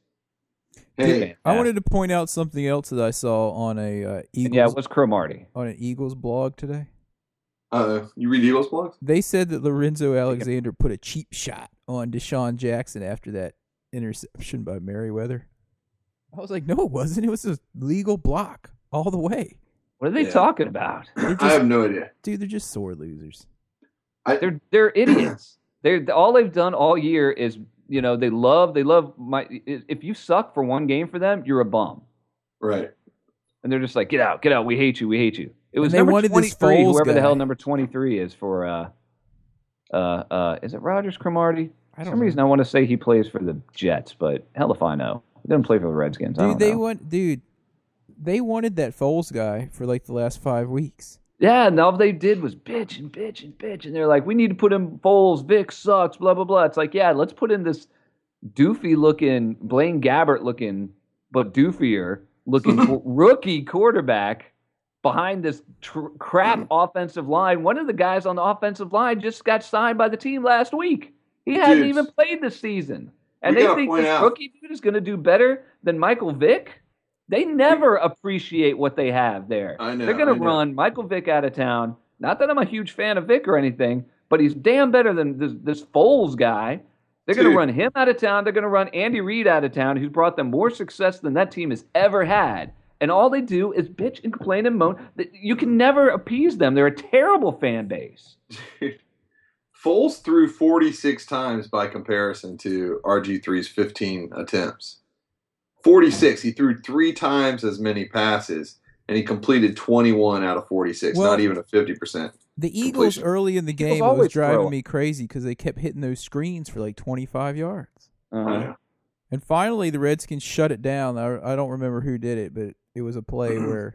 S4: Hey,
S3: I wanted to point out something else that I saw on a uh, Eagles
S5: yeah, it was Cromarty.
S3: on an Eagles blog today.
S4: uh you read Eagles blogs?
S3: They said that Lorenzo Alexander put a cheap shot on Deshaun Jackson after that interception by Merriweather. I was like, no, it wasn't. It was a legal block all the way.
S5: What are they
S4: Yeah.
S5: talking about?
S3: They're
S4: I
S3: just,
S4: have no idea.
S3: dude, they're just sore losers.
S5: They're they're idiots. They're all they've done all year is you know they love they love my. If you suck for one game for them, you're a bum.
S4: Right.
S5: and they're just like, "Get out, get out! We hate you, we hate you." It was
S3: they
S5: number
S3: wanted this
S5: twenty-three,
S3: Foles
S5: whoever the hell
S3: guy.
S5: number twenty-three is for. Uh, uh, uh, is it Rogers Cromarty?
S3: I
S5: For
S3: don't
S5: some reason, I want to say he plays for the Jets, but hell if I know. He doesn't play for the Redskins. I
S3: Dude,
S5: don't
S3: they
S5: know.
S3: want, dude, they wanted that Foles guy for like the last five weeks.
S5: yeah, and all they did was bitch and bitch and bitch, and they're like, "We need to put in Foles. Vic sucks. Blah blah blah." It's like, yeah, let's put in this doofy-looking Blaine Gabbert-looking, but doofier-looking rookie quarterback. behind this tr- crap
S4: Mm-hmm.
S5: offensive line. One of the guys on the offensive line just got signed by the team last week. He hasn't
S4: Dudes.
S5: even played this season. And
S4: We
S5: they
S4: gotta
S5: think
S4: point
S5: this
S4: out-
S5: rookie dude is going to do better than Michael Vick? They never appreciate what they have there.
S4: I know,
S5: They're going
S4: I
S5: to
S4: know.
S5: run Michael Vick out of town. Not that I'm a huge fan of Vick or anything, but he's damn better than this, this Foles guy. They're going to
S4: Dude.
S5: run him out of town. They're going to run Andy Reid out of town, who's brought them more success than that team has ever had. And all they do is bitch and complain and moan. Th- You can never appease them. They're a terrible fan base.
S4: Foles threw forty six times by comparison to RG3's fifteen attempts. Forty six. He threw three times as many passes and he completed twenty one out of forty six,
S3: Well-
S4: not even a fifty percent.
S3: The Eagles
S4: Completion.
S3: early in the game it was
S5: always
S3: driving
S5: throw.
S3: me crazy because they kept hitting those screens for like 25 yards.
S5: Uh,
S3: And finally, the Redskins shut it down. I, I don't remember who did it, but it was a play
S4: Mm-hmm.
S3: where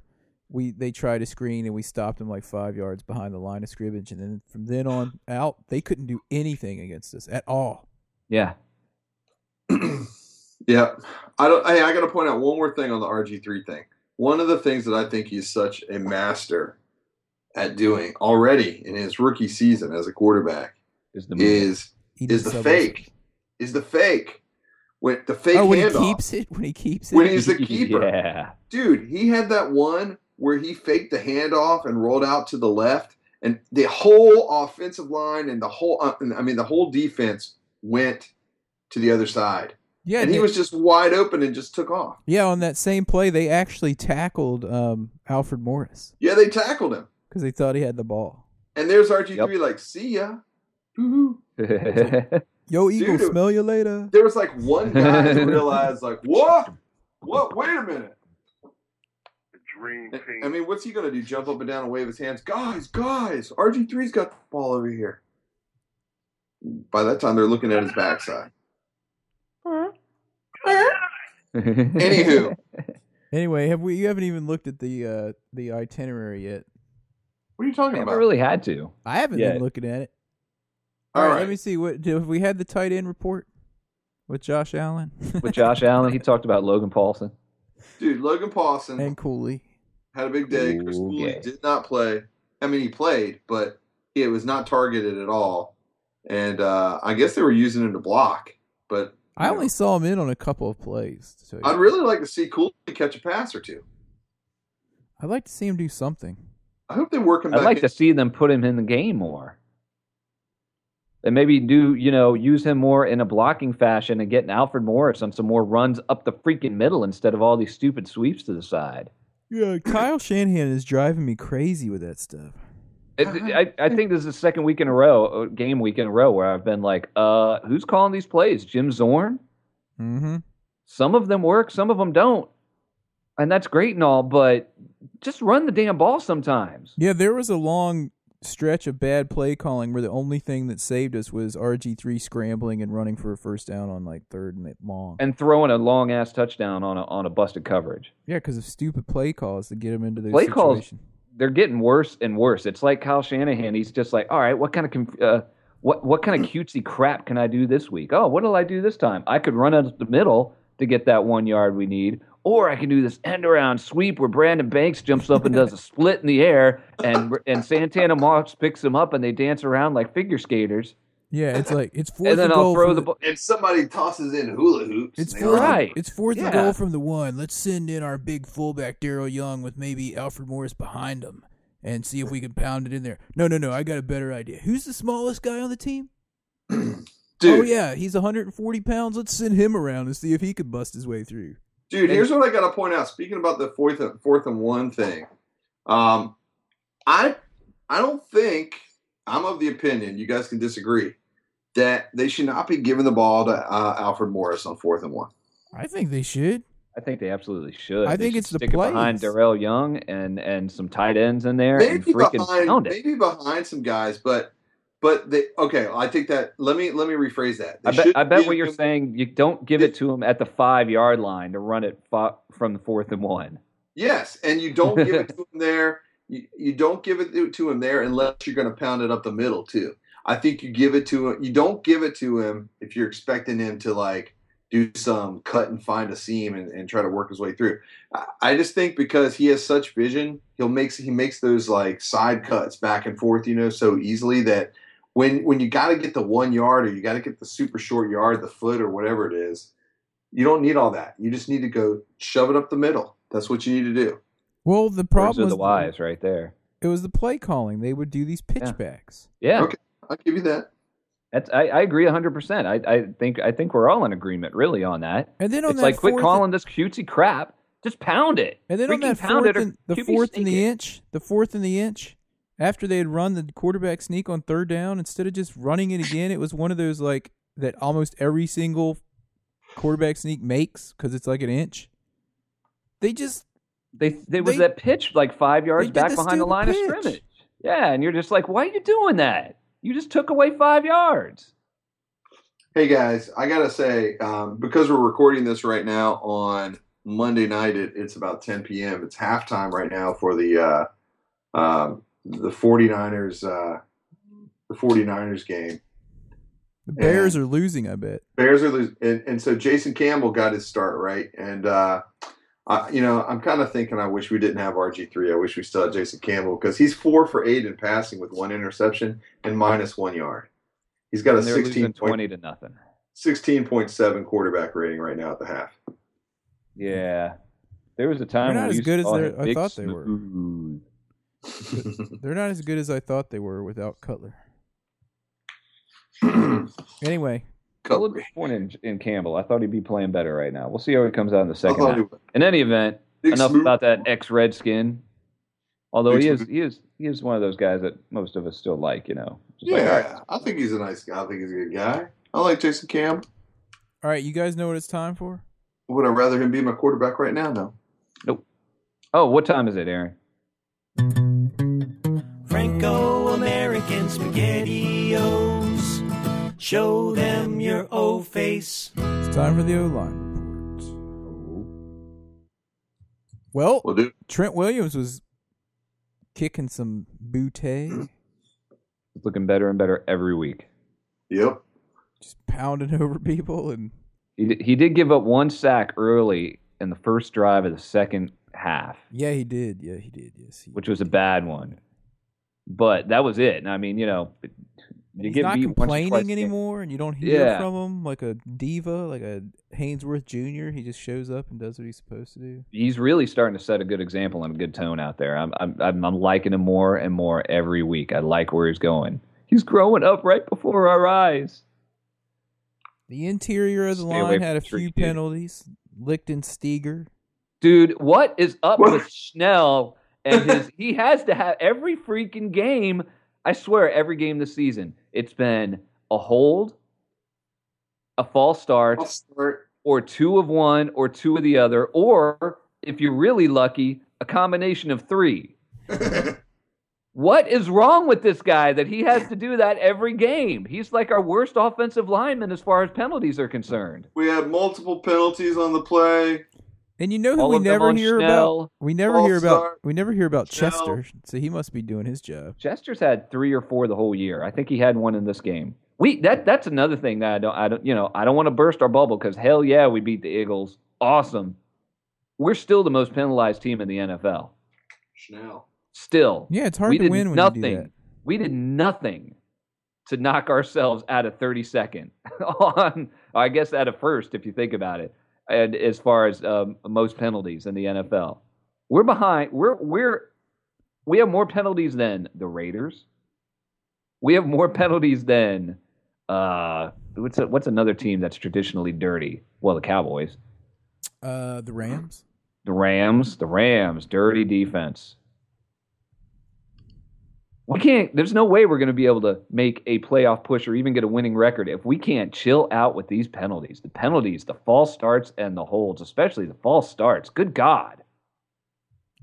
S3: we they tried to screen and we stopped them like five yards behind the line of scrimmage. And then from then on out, they couldn't do anything against us at all.
S5: yeah.
S4: Yeah, I don't. Hey, I got to point out one more thing on the RG three thing. One of the things that I think he's such a master at doing already in his rookie season as a quarterback
S5: Is the move.
S4: is
S3: He
S4: is
S3: did
S4: the
S3: Subway.
S4: fake. Is the fake when the fake
S3: Oh, when he
S4: handoff
S3: keeps it, when he keeps it,
S4: when he's the keeper.
S5: Yeah.
S4: Dude, he had that one where he faked the handoff and rolled out to the left, and the whole offensive line and the whole uh, I mean the whole defense went to the other side,
S3: yeah,
S4: and he
S3: they-
S4: was just wide open and just took off.
S3: yeah. On that same play, they actually tackled um, Alfred Morris
S4: Yeah, they tackled him.
S3: because they thought he had the ball.
S4: And there's RG3 like, see ya. Woo-hoo.
S3: Yo, Eagle,
S4: Dude.
S3: smell you later.
S4: There was like one guy who realized like, what? What? Wait a minute.
S8: Dream
S4: And- I mean, what's he gonna do? Jump up and down and wave his hands? Guys, guys, RG3's got the ball over here. By that time, they're looking at his backside. Anywho,
S3: Anyway, have we? You haven't even looked at the uh, the itinerary yet.
S4: what are you talking
S5: Never
S4: about?
S5: really had to.
S3: I haven't
S5: Yeah.
S3: been looking at it.
S4: All
S3: All right,
S4: right.
S3: let me see. What do- have we had the tight end report with Josh Allen
S5: With Josh Allen, he talked about Logan Paulson.
S4: Dude, Logan Paulson
S3: and Cooley?
S4: had a big day. Chris
S5: Ooh,
S4: Cooley
S5: yeah.
S4: did not play. I mean, he played, but it was not targeted at all. And uh, I guess they were using him to block, but
S3: I
S4: Yeah.
S3: only saw him in on a couple of plays. to tell you.
S4: I'd really like to see Cooley catch a pass or two.
S3: I'd like to see him do something.
S4: I hope they work him
S5: I'd
S4: back.
S5: like
S4: in.
S5: to see them put him in the game more. And maybe do, you know, use him more in a blocking fashion and getting Alfred Morris on some more runs up the freaking middle instead of all these stupid sweeps to the side.
S3: Yeah, Kyle Shanahan is driving me crazy with that stuff.
S5: It, I, I think this is the second week in a row, uh, game week in a row, where I've been like, uh, who's calling these plays? Jim Zorn?
S3: Mm-hmm.
S5: Some of them work, some of them don't. And that's great and all, but just run the damn ball sometimes.
S3: Yeah, there was a long stretch of bad play calling where the only thing that saved us was RG three scrambling and running for a first down on like third and long.
S5: And throwing a long ass touchdown on a, on a busted coverage.
S3: yeah, because of stupid play calls to get him into the
S5: Play calls-
S3: situation.
S5: they're getting worse and worse. It's like Kyle Shanahan. He's just like, all right, what kind of conf- uh, what what kind of cutesy crap can I do this week? Oh, what'll I do this time? I could run out the middle to get that one yard we need, or I can do this end around sweep where Brandon Banks jumps up and does a split in the air, and and Santana Moss picks him up and they dance around like figure skaters,
S3: Yeah, it's like it's fourth
S5: and then
S3: and
S5: I'll
S3: goal
S5: throw
S3: from
S5: the ball.
S4: and somebody tosses in hula hoops.
S3: It's
S4: and they
S3: fourth.
S4: all-
S5: Right.
S3: It's fourth
S5: Yeah.
S3: and goal from the one. Let's send in our big fullback Daryl Young with maybe Alfred Morris behind him and see if we can pound it in there. No, no, no. I got a better idea. Who's the smallest guy on the team?
S4: Dude,
S3: Oh yeah, he's 140 pounds. Let's send him around and see if he can bust his way through.
S4: Dude, here's what I got to point out. Speaking about the fourth and, fourth and one thing, um, I I don't think I'm of the opinion. You guys can disagree that they should not be giving the ball to uh, Alfred Morris on fourth and one.
S3: I think they should.
S5: I think they absolutely should.
S3: I
S5: They
S3: think
S5: should
S3: it's the
S5: stick it behind
S3: plays.
S5: Darrell Young and and some tight ends in there and
S4: Maybe
S5: freaking
S4: behind,
S5: pound it.
S4: maybe behind some guys, but but they okay. I think that let me let me rephrase that. They
S5: I bet,
S4: should
S5: I bet
S4: give
S5: what you're
S4: him-
S5: saying, you don't give it to him at the five yard line to run it fo- from the fourth and one.
S4: Yes, and you don't give it to him there. You, you don't give it to him there unless you're going to pound it up the middle too. I think you give it to him. You don't give it to him if you're expecting him to like do some cut and find a seam and, and try to work his way through. I, I just think because he has such vision, he'll makes he makes those like side cuts back and forth, you know, so easily that when when you got to get the one yard or you got to get the super short yard, the foot or whatever it is, you don't need all that. You just need to go shove it up the middle. That's what you need to do.
S3: Well, the
S5: Those
S3: problem
S5: are
S3: was
S5: the wise right there.
S3: it was the play calling. They would do these
S5: Yeah.
S3: pitchbacks.
S5: Yeah,
S4: Okay. I'll give you that.
S5: that's, I, I agree 100. percent I, I think I think we're all in agreement really on that.
S3: And then on
S5: It's
S3: that
S5: like quit
S3: fourth-
S5: calling this cutesy crap. Just pound it.
S3: And then on
S5: Freaking
S3: that
S5: pound
S3: fourth
S5: it or
S3: and, the
S5: QB
S3: fourth and
S5: sneak
S3: the
S5: it.
S3: inch, the fourth and the inch, after they had run the quarterback sneak on third down, instead of just running it again, it was one of those like that almost every single quarterback sneak makes because it's like an inch. They just
S5: They they was
S3: They-
S5: that pitch like five yards
S3: did
S5: back
S3: the
S5: behind the
S3: stupid
S5: line
S3: pitch.
S5: of scrimmage. Yeah, and you're just like, why are you doing that? You just took away five yards.
S4: Hey guys, I gotta say, um, because we're recording this right now on Monday night, it, it's about 10 p.m. It's halftime right now for the uh, um the 49ers uh, the 49ers game.
S3: The Bears are losing, I bet.
S4: Bears are losing, and, and so Jason Campbell got his start right, and uh, I, you know I'm kind of thinking I wish we didn't have RG three. I wish we still had Jason Campbell because he's four for eight in passing with one interception and minus one yard. He's got a
S5: And they're losing
S4: 16 point,
S5: 20 to nothing.
S4: 16.7 quarterback rating right now at the half.
S5: Yeah. There was a time
S3: Mm-hmm. They're
S5: when
S3: not as
S5: we
S3: good as
S5: saw
S3: they're-
S5: him
S3: I
S5: big
S3: thought they were.
S5: smooth.
S3: They're not as good as I thought they were without Cutler. anyway,
S5: A little disappointed in, in Campbell. I thought he'd be playing better right now. We'll see how he comes out in the
S4: I
S5: second
S4: thought
S5: half.
S4: he was
S5: In any event,
S4: big
S5: enough
S4: smooth.
S5: about that ex Redskin. Although
S4: Big
S5: he is,
S4: smooth.
S5: he is, he is one of those guys that most of us still like. You know, Just like, all right,
S4: Yeah, I think he's a nice guy. I think he's a good guy. I like Jason Campbell.
S3: all right, you guys know what it's time for?
S4: Would I rather him be my quarterback right now? No.
S5: Oh, what time is it, Aaron?
S9: Franco American SpaghettiOs. Show them your O face.
S3: It's time for the O line report. Well,
S4: Well, dude,
S3: Trent Williams was kicking some bootay,
S5: It's looking better and better every week.
S4: yep.
S3: just pounding over people, and
S5: He did, he did give up one sack early in the first drive of the second half,
S3: yeah, he did. Yeah, he did. Yes, he
S5: which was a bad one. But that was it. And I mean, you know, you
S3: He's
S5: get
S3: not
S5: beat once or twice a
S3: complaining
S5: game.
S3: anymore, and you don't hear
S5: Yeah.
S3: from him like a diva, like a Hainsworth Jr. He just shows up and does what he's supposed to do.
S5: He's really starting to set a good example and a good tone out there. I'm I'm I'm, I'm liking him more and more every week. I like where he's going. He's growing up right before our eyes.
S3: The interior of the
S5: Stay away
S3: line
S5: from
S3: had a
S5: the tree,
S3: few
S5: dude.
S3: penalties. Lichtensteger.
S5: Dude, what is up
S4: What?
S5: with Schnell and his he has to have every freaking game, I swear every game this season, it's been a hold, a false start,
S4: I'll start.
S5: or two of one or two of the other, or if you're really lucky, a combination of three. What is wrong with this guy that he has to do that every game? He's like our worst offensive lineman as far as penalties are concerned.
S4: We had multiple penalties on the play.
S3: And you know who
S5: All
S3: we
S5: of them
S3: never
S5: on
S3: hear
S5: Schnell.
S3: about? We never hear about
S4: All-star.
S3: we never hear about
S4: Schnell.
S3: Chester. So he must be doing his job.
S5: Chester's had three or four the whole year. I think he had one in this game. We that that's another thing that I don't I don't you know I don't want to burst our bubble because hell yeah we beat the Eagles awesome. We're still the most penalized team in the NFL.
S4: Schnell.
S5: Still,
S3: Yeah, it's hard
S5: we
S3: to
S5: did
S3: win when
S5: nothing.
S3: you do that.
S5: We did nothing to knock ourselves out of 32nd on I guess out of first if you think about it. And as far as um, most penalties in the NFL, we're behind. We're we're we have more penalties than the Raiders. We have more penalties than uh what's a, what's another team that's traditionally dirty? Well, the Cowboys,
S3: Uh, the Rams.
S5: the Rams, the Rams, dirty defense. We can't. There's no way we're going to be able to make a playoff push or even get a winning record if we can't chill out with these penalties. The penalties, the false starts, and the holds, especially the false starts. Good God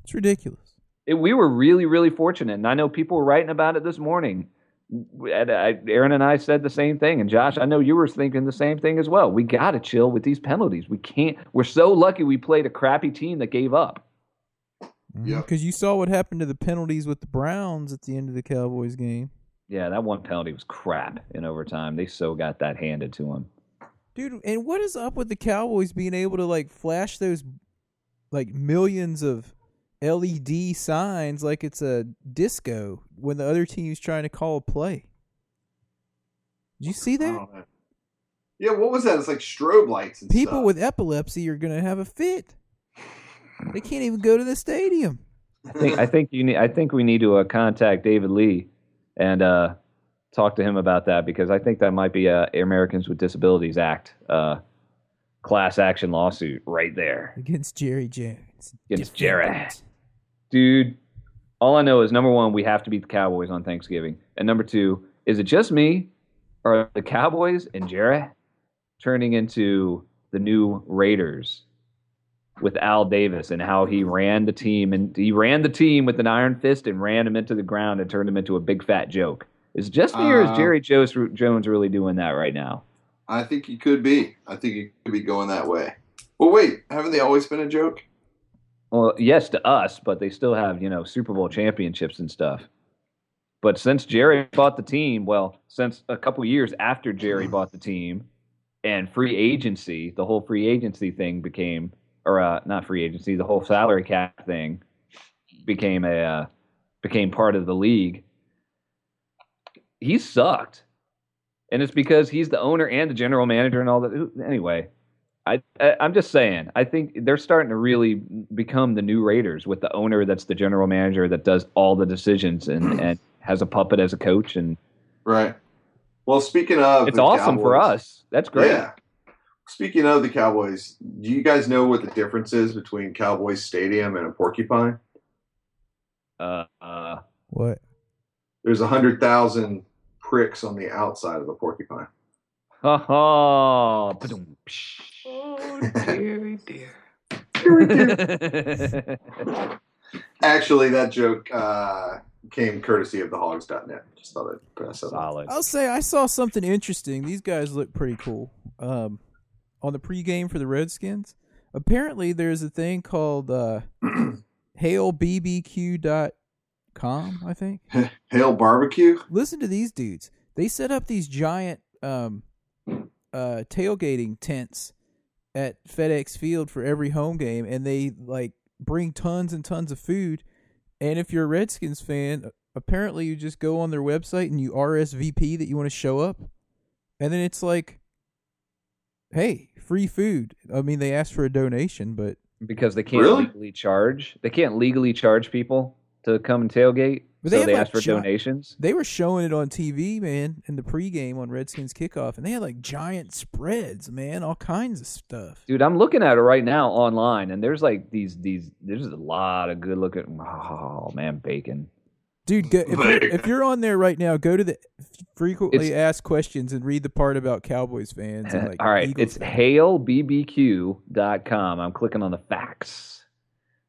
S3: It's ridiculous.
S5: it, we were really, really fortunate. And I know people were writing about it this morning. And I, Aaron and I said the same thing. And Josh, I know you were thinking the same thing as well. We got to chill with these penalties. We can't. We're so lucky we played a crappy team that gave up.
S4: Yep.
S3: Because Mm-hmm. you saw what happened to the penalties with the Browns at the end of the Cowboys game.
S5: Yeah, that one penalty was crap in overtime. They so got that handed to them.
S3: Dude, and what is up with the Cowboys being able to like flash those like millions of LED signs like it's a disco when the other team's trying to call a play? Did you see
S4: I
S3: that?
S4: don't know. Oh, Yeah, what was that? It's like strobe lights and
S3: People
S4: stuff.
S3: with epilepsy are gonna have a fit. They can't even go to the stadium.
S5: I think, I think you need. I think we need to uh, contact David Lee and uh, talk to him about that because I think that might be a Americans with Disabilities Act uh, class action lawsuit right there.
S3: Against Jerry Jones.
S5: Against Jerry.
S3: Defendant.
S5: dude, all I know is number one, we have to beat the Cowboys on Thanksgiving. And number two, is it just me or are the Cowboys and Jarrett turning into the new Raiders with Al Davis and how he ran the team and he ran the team with an iron fist and ran him into the ground and turned him into a big fat joke. Is it just me or is
S4: Uh,
S5: Jerry Jones Jones really doing that right now?
S4: I think he could be. I think he could be going that way. Well, wait, haven't they always been a joke?
S5: Well, yes to us, but they still have, you know, Super Bowl championships and stuff. But since Jerry bought the team, well, since a couple years after Jerry bought the team and free agency, the whole free agency thing became, or uh, not free agency, the whole salary cap thing became a uh, became part of the league. He sucked, and it's because he's the owner and the general manager and all that. Who- Anyway, I, I I'm just saying. I think they're starting to really become the new Raiders with the owner that's the general manager that does all the decisions and and has a puppet as a coach, and
S4: Right. Well, speaking of,
S5: it's
S4: the
S5: awesome for
S4: Cowboys-
S5: us. That's great.
S4: Yeah. Speaking of the Cowboys, do you guys know what the difference is between Cowboys Stadium and a porcupine?
S5: Uh, uh,
S3: What?
S4: There's a hundred thousand pricks on the outside of the porcupine.
S5: oh, ba-dum, psh.
S4: Actually, that joke uh, came courtesy of the Hogs.net. Just thought I'd pass that. on.
S5: solid.
S3: I'll say I saw something interesting. These guys look pretty cool. Um, on the pregame for the Redskins, apparently there's a thing called uh, hailbbq.com, I think.
S4: Hail barbecue.
S3: Listen to these dudes. They set up these giant um, uh, tailgating tents at FedEx Field for every home game, and they like bring tons and tons of food. And if you're a Redskins fan, apparently you just go on their website and you RSVP that you want to show up, and then it's like, hey, free food. I mean, they ask for a donation, but
S5: because they can't
S4: Really?
S5: legally charge. They can't legally charge people to come and tailgate.
S3: But they
S5: so
S3: have,
S5: they
S3: like,
S5: ask for
S3: gi-
S5: donations.
S3: they were showing it on TV, man, in the pregame on Redskins kickoff, and they had like giant spreads, man, all kinds of stuff.
S5: Dude, I'm looking at it right now online, and there's like these these. There's a lot of good looking. Oh man, bacon.
S3: Dude, go, if, you're, if you're on there right now, go to the frequently
S5: It's-
S3: asked questions and read the part about Cowboys fans. And like
S5: All right,
S3: Eagles
S5: it's hailbbq.com. I'm clicking on the facts.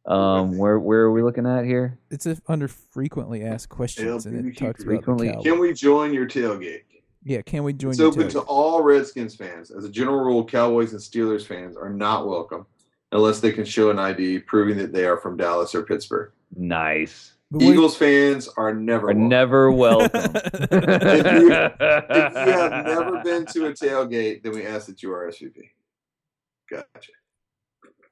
S5: Um, where where are we looking at here?
S3: it's if under frequently asked questions and it
S4: LBBQ
S3: talks
S5: frequently-
S3: about the
S4: Can
S3: Cowboys.
S4: we join your tailgate?
S3: yeah, can we join?
S4: It's
S3: your
S4: open to
S3: tailgate?
S4: all Redskins fans. As a general rule, Cowboys and Steelers fans are not welcome unless they can show an ID proving that they are from Dallas or Pittsburgh.
S5: Nice.
S3: But what-
S4: Eagles fans are never
S5: Are
S4: welcome.
S5: never welcome.
S4: you- if you have never been to a tailgate, then we ask that you are SVP. Gotcha.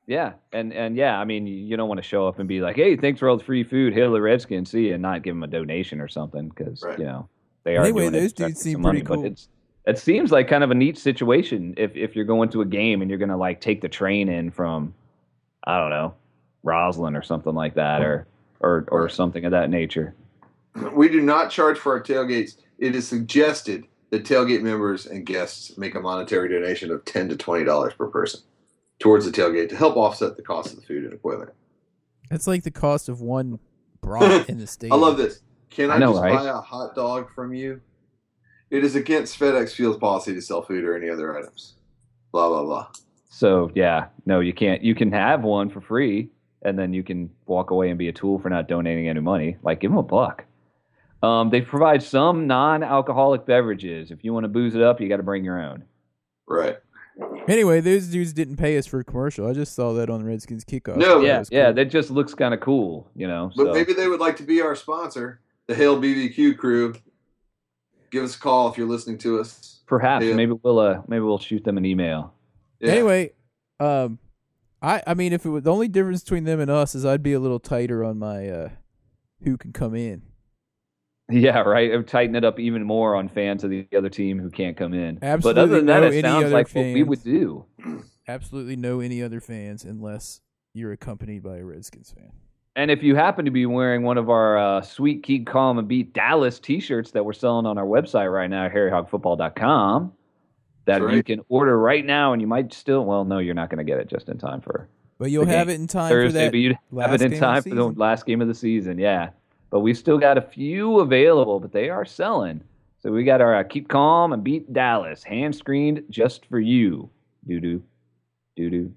S5: Yeah, and and yeah, I mean, you don't want to show up and be like, "Hey, thanks for all the free food, hail the Redskins, see," you," and not give them a donation or something because
S4: Right.
S5: you know they are.
S3: Anyway,
S5: doing it
S3: those
S5: to try to
S3: dudes
S5: get
S3: seem
S5: some
S3: pretty
S5: money, but
S3: cool.
S5: it's- it seems like kind of a neat situation if if you're going to a game and you're gonna like take the train in from, I don't know, Roslyn or something like that, or or or something of that nature.
S4: We do not charge for our tailgates. It is suggested that tailgate members and guests make a monetary donation of ten to twenty dollars per person towards the tailgate to help offset the cost of the food and equipment.
S3: That's like the cost of one brat in the stadium.
S4: I love this. Can I,
S5: I know,
S4: just
S5: right?
S4: buy a hot dog from you? It is against FedEx Field's policy to sell food or any other items. Blah blah blah.
S5: So yeah, no, you can't. You can have one for free, and then you can walk away and be a tool for not donating any money. Like give them a buck. Um, they provide some non-alcoholic beverages. If you want to booze it up, you got to bring your own.
S4: Right.
S3: Anyway, those dudes didn't pay us for a commercial. I just saw that on the Redskins kickoff.
S4: No,
S3: That
S5: yeah,
S3: was
S5: yeah,
S3: cool.
S5: that just looks kind of cool, you know.
S4: But
S5: so.
S4: maybe they would like to be our sponsor, the Hail BBQ crew. Give us a call if you're listening to us.
S5: perhaps
S4: Yeah.
S5: maybe we'll uh, maybe we'll shoot them an email.
S4: Yeah.
S3: Anyway, um, I I mean, if it was the only difference between them and us is I'd be a little tighter on my uh, who can come in.
S5: Yeah, right. It would tighten it up even more on fans of the other team who can't come in. but
S3: Absolutely
S5: other than that,
S3: no
S5: it
S3: any
S5: sounds
S3: other
S5: like what we
S3: fans.
S5: would do.
S3: Absolutely no any other fans unless you're accompanied by a Redskins fan.
S5: And if you happen to be wearing one of our uh, sweet Keep Calm and Beat Dallas t-shirts that we're selling on our website right now, harryhogfootball.com, that
S4: That's
S5: you
S4: right.
S5: can order right now, and you might still, well, no, you're not going to get it just in time for
S3: But you'll
S5: The
S3: have it
S5: game
S3: in time for
S5: Thursday,
S3: that.
S5: but you'd have
S3: last
S5: it in
S3: game of
S5: time
S3: the
S5: for the
S3: season.
S5: last game of the season, yeah. But we still got a few available, but they are selling. So we got our uh, Keep Calm and Beat Dallas, hand screened just for you. Doo doo, doo doo.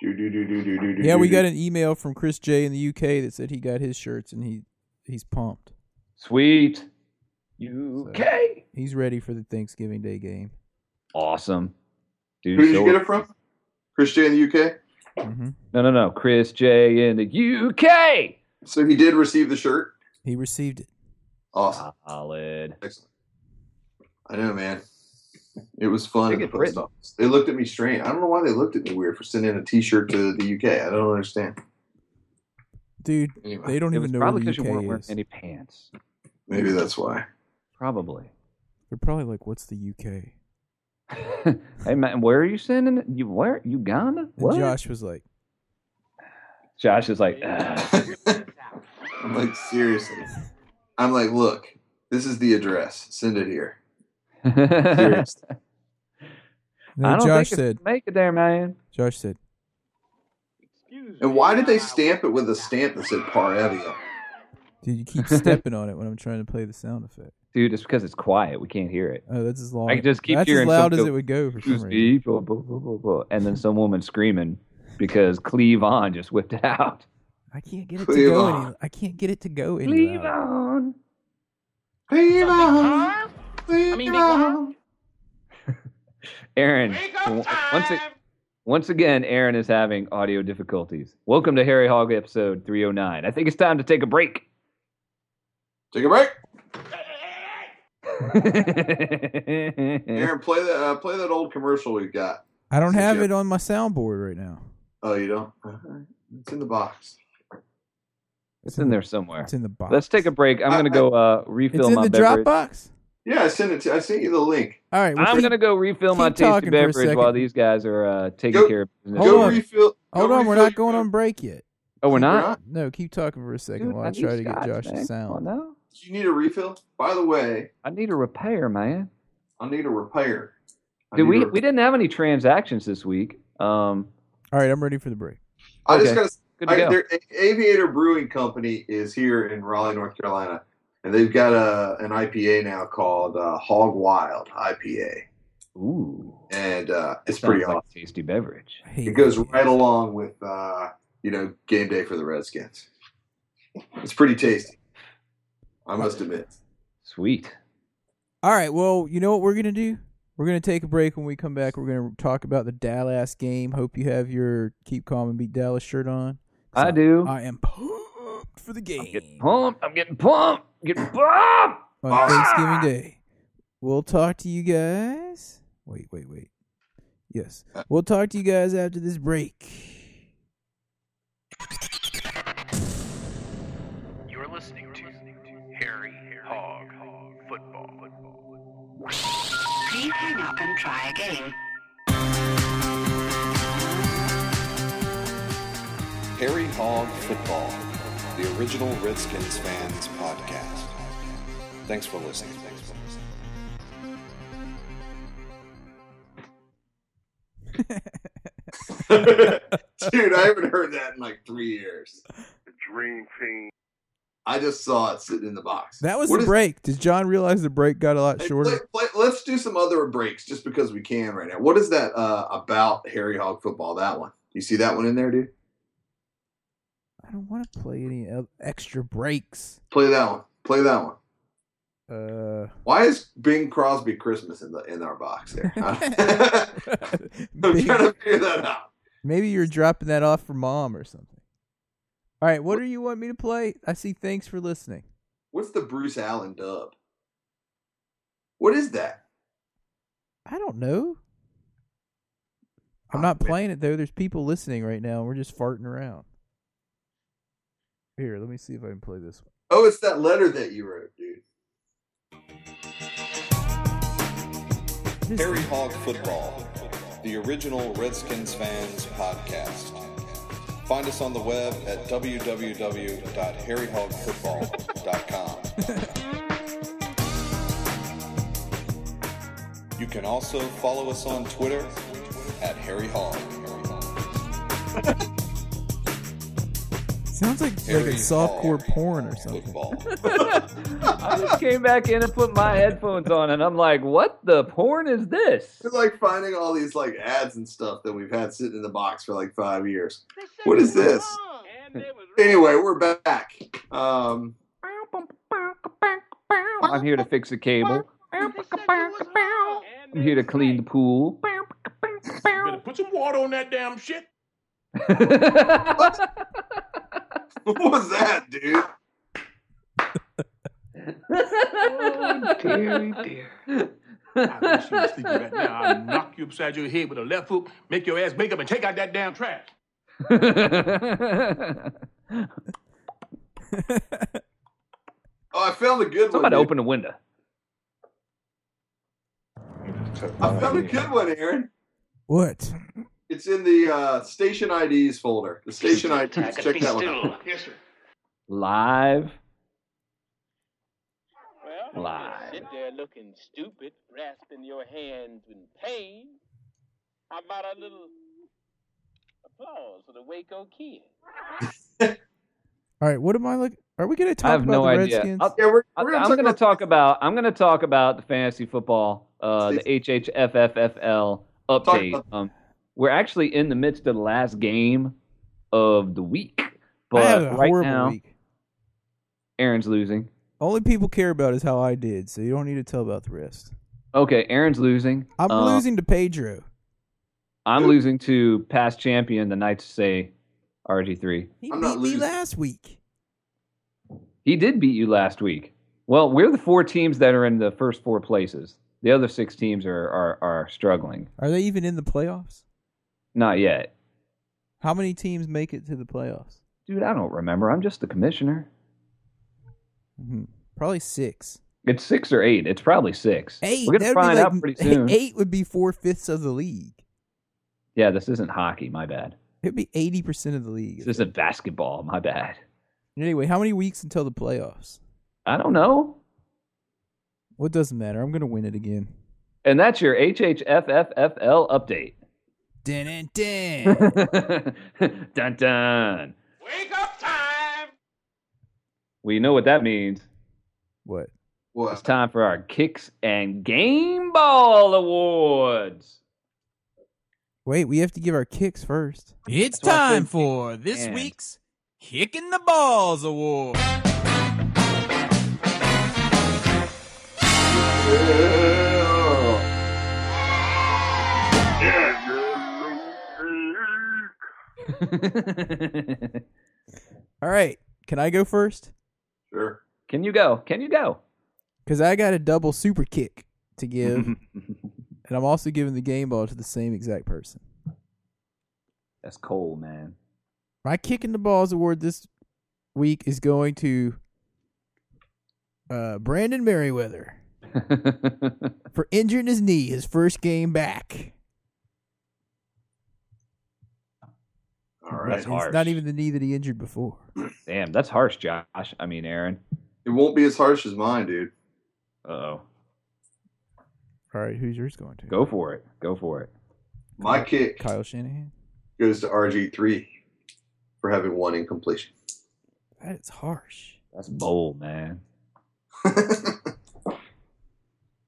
S4: Do, do, do, do, do, do, do,
S3: yeah, we
S4: do,
S3: got
S4: do.
S3: an email from Chris J in the UK that said he got his shirts and he he's pumped.
S5: Sweet. UK.
S3: He's ready for the Thanksgiving Day game.
S5: Awesome. Dude,
S4: Who did
S5: so-
S4: you get it from? Chris J in the UK.
S3: hmm
S5: No, no, no. Chris J in the UK.
S4: So he did receive the shirt.
S3: He received it.
S4: Awesome.
S5: Solid.
S4: Excellent. I know, man. It was fun
S5: They
S4: at the
S5: get
S4: post
S5: written.
S4: office. They looked at me strange. I don't know why they looked at me weird for sending a T-shirt to the UK. I don't understand.
S3: Dude,
S4: Anyway,
S3: they don't
S5: It
S3: even
S5: was
S3: know
S5: probably
S3: where
S5: because you
S3: the
S5: weren't
S3: UK
S5: wearing
S3: is.
S5: any pants.
S4: maybe that's why.
S5: Probably.
S3: They're probably like, what's the UK?
S5: hey man, where are you sending it? You where? Uganda?
S3: And
S5: What?
S3: Josh was like,
S5: Josh is like, "Ugh."
S4: I'm like seriously. I'm like, look, this is the address. Send it here. Seriously.
S3: no,
S5: I
S3: Josh
S5: don't think it's
S3: said,
S5: gonna make it there, man.
S3: Josh said,
S4: and why did they stamp it with a stamp that said Par Avio?
S3: dude, you keep stepping on it when I'm trying to play the sound effect.
S5: Dude, it's because it's quiet. We can't hear it.
S3: Oh, that's as loud.
S5: I can just keep
S3: that's as
S5: hearing
S3: loud
S5: some
S3: as
S5: go-
S3: it would go for some
S5: Excuse
S3: reason.
S5: me, blah, blah, blah, blah, blah. And then some woman screaming because Cleavon just whipped out.
S3: I can't get it to
S4: Cleave
S3: go
S4: on.
S3: any. I can't get it to go any. louder.
S5: Cleavon.
S4: Viva! Viva!
S5: Aaron, w- once, a- once again, Aaron is having audio difficulties. Welcome to Harry Hog episode 309. I think it's time to take a break.
S4: Take a break.
S5: Aaron,
S4: Aaron, play that. Uh, play that old commercial we've got.
S3: I don't
S4: So
S3: have
S4: Jeff-
S3: it on my soundboard right now.
S4: Oh, you don't? All right. It's in the box.
S5: it's in there somewhere.
S3: It's in the box.
S5: Let's take a break. I'm
S4: I-
S5: going to go uh,
S3: It's
S5: refill
S3: in
S5: my
S3: the
S5: beverage.
S3: Dropbox.
S4: Yeah, I sent it. To, I sent you the link.
S3: All right, well,
S5: I'm
S3: keep-
S5: going to go refill my
S3: keep
S5: tasty
S3: talking for a
S5: beverage while
S3: second.
S5: these guys are uh, taking
S4: Go-
S5: care of business.
S3: Hold
S4: go
S3: on.
S4: refill. go
S3: hold on. We're
S4: refill
S3: not going
S4: your-
S3: on break yet.
S5: Oh, we're not?
S3: No, keep talking for a second
S5: Dude,
S3: while
S5: I
S3: I
S5: need
S3: try to get
S5: shots,
S3: Josh to
S5: man. Come
S3: sound.
S5: on now.
S4: Do you need a refill? By the way,
S5: I need a repair, man.
S4: I need a repair. I
S5: Dude,
S4: need
S5: we,
S4: a-
S5: we didn't have any transactions this week. Um,
S3: All right, I'm ready for the break.
S4: I just
S5: okay.
S4: got
S5: good to
S4: I,
S5: go.
S4: their A- Aviator Brewing Company is here in Raleigh, North Carolina, and they've got a an IPA now called uh, Hog Wild IPA,
S5: Ooh,
S4: and uh, it's
S5: sounds
S4: pretty
S5: like
S4: awesome.
S5: a tasty beverage.
S3: I hate
S4: It goes
S3: this.
S4: right along with uh, you know game day for the Redskins. It's pretty tasty. I must admit.
S5: Sweet.
S3: All right, well, you know what we're gonna do? We're gonna take a break. When we come back, we're gonna talk about the Dallas game. Hope you have your "Keep Calm and Beat Dallas" shirt on.
S5: I do.
S3: I am pumped for the
S5: I'm getting
S3: game
S5: pumped. I'm getting pumped. I'm getting pumped.
S3: on Thanksgiving Day. We'll talk to you guys. Wait, wait, wait. Yes, we'll talk to you guys after this break.
S10: You're listening to Harry Hog Football.
S7: Please hang up and try again.
S11: Harry Hog Football, the original Redskins fans podcast. Thanks for listening. Thanks for listening.
S4: Dude, I haven't heard that in like three years.
S10: The Dream Team.
S4: I just saw it sitting in the box.
S3: That was
S4: What
S3: the
S4: is-
S3: break. Does John realize the break got a lot
S4: Hey,
S3: shorter?
S4: play- play- let's do some other breaks just because we can right now. What is that uh, about Harry Hog football? That one. You see that one in there, dude?
S3: I don't want to play any el- extra breaks.
S4: Play that one. Play that one.
S3: Uh,
S4: Why is Bing Crosby Christmas in the in our box there? I'm
S3: maybe,
S4: trying to figure that out.
S3: maybe you're dropping that off for mom or something. All right, what do you want me to play? I see. Thanks for listening.
S4: What's the Bruce Allen dub? What is that?
S3: I don't know. I'm
S4: Oh,
S3: not
S4: man.
S3: playing it though. There's people listening right now, and we're just farting around. Here, let me see if I can play this one.
S4: Oh, it's that letter that you wrote, dude.
S3: What is
S11: Harry
S3: this?
S11: Hog Football, the original Redskins fans podcast. Find us on the web at www.harryhogfootball.com. You can also follow us on Twitter at Harry Hog.
S3: Sounds like like a
S11: Harry
S3: softcore
S11: Hog
S3: porn or something.
S11: Football.
S5: I just came back in and put my headphones on, and I'm like, what the porn is this?
S4: We're like finding all these like ads and stuff that we've had sitting in the box for like five years. What is this? Anyway, we're back. Um,
S5: I'm here to fix a cable. I'm here to clean the pool.
S10: Put some water on that damn shit. Oh,
S4: what was that, dude?
S10: Dearie, dear. I wish you were sleeping right now. I'll knock you upside your head with a left hook, make your ass wake up, and take out that damn trash.
S4: Oh, I found a good
S5: Somebody
S4: one.
S5: open a window.
S4: dude. I found a good one, Aaron.
S3: What?
S4: It's in the uh, station IDs folder. The station IDs. Check that one out.
S10: Yes, sir.
S5: Live. Live.
S12: Sit there looking stupid, grasping your hands in pain. How about a little applause for the Waco kid?
S3: All right, what am I looking? Are we going to talk
S5: I have
S3: about
S5: no
S3: the
S5: idea.
S3: Redskins?
S5: I'll- I'm going to talk about. I'm going to talk about the fantasy football, uh, the HHFFFL update. Um, we're actually in the midst of the last game of the week, but
S3: had a
S5: right
S3: horrible
S5: now,
S3: week.
S5: Aaron's losing.
S3: Only people care about is how I did, so you don't need to tell about the rest.
S5: Okay, Aaron's losing.
S3: I'm
S5: Uh,
S3: losing to Pedro.
S5: I'm losing to past champion, the Knights say RG3.
S3: He
S4: I'm
S3: beat
S4: not
S3: me
S4: losing.
S3: last week.
S5: He did beat you last week. Well, we're the four teams that are in the first four places. The other six teams are are, are struggling.
S3: Are they even in the playoffs?
S5: Not yet.
S3: How many teams make it to the playoffs?
S5: Dude, I don't remember. I'm just the commissioner.
S3: Mm-hmm. Probably six.
S5: It's six or eight. It's probably six.
S3: 8
S5: We're
S3: that'd
S5: gonna
S3: be
S5: find
S3: like-
S5: out pretty soon.
S3: Eight would be four fifths of the league.
S5: Yeah, this isn't hockey. My bad.
S3: It'd be eighty percent of the league.
S5: This isn't basketball. My bad.
S3: Anyway, how many weeks until the playoffs?
S5: I don't know.
S3: Well, it doesn't matter. I'm gonna win it again.
S5: And that's your HHFFFL update.
S3: Dun dun dun.
S5: dun dun. Well, you know what that means.
S3: What?
S5: It's time for our Kicks and Game Ball Awards.
S3: Wait, we have to give our kicks first.
S13: It's
S5: That's why I
S13: time
S5: said
S13: for this
S5: and.
S13: week's Kicking the Balls Award.
S3: All right, can I go first?
S4: Sure.
S5: Can you go? Can you go?
S3: Because I got a double super kick to give,
S5: Mm-hmm.
S3: and I'm also giving the game ball to the same exact person.
S5: That's cold, man.
S3: My kicking the balls award this week is going to uh, Brandon Merriweather for injuring his knee his first game back.
S4: All right.
S5: That's harsh.
S3: It's not even the knee that he injured before.
S5: Damn, that's harsh, Josh. I mean, Aaron.
S4: It won't be as harsh as mine, dude.
S5: Uh oh.
S3: All right, who's yours going to?
S5: Go for it. Go for it.
S4: My kick
S3: Kyle Shanahan.
S4: goes to RG3 for having one incompletion.
S3: That is harsh.
S5: That's bold, man.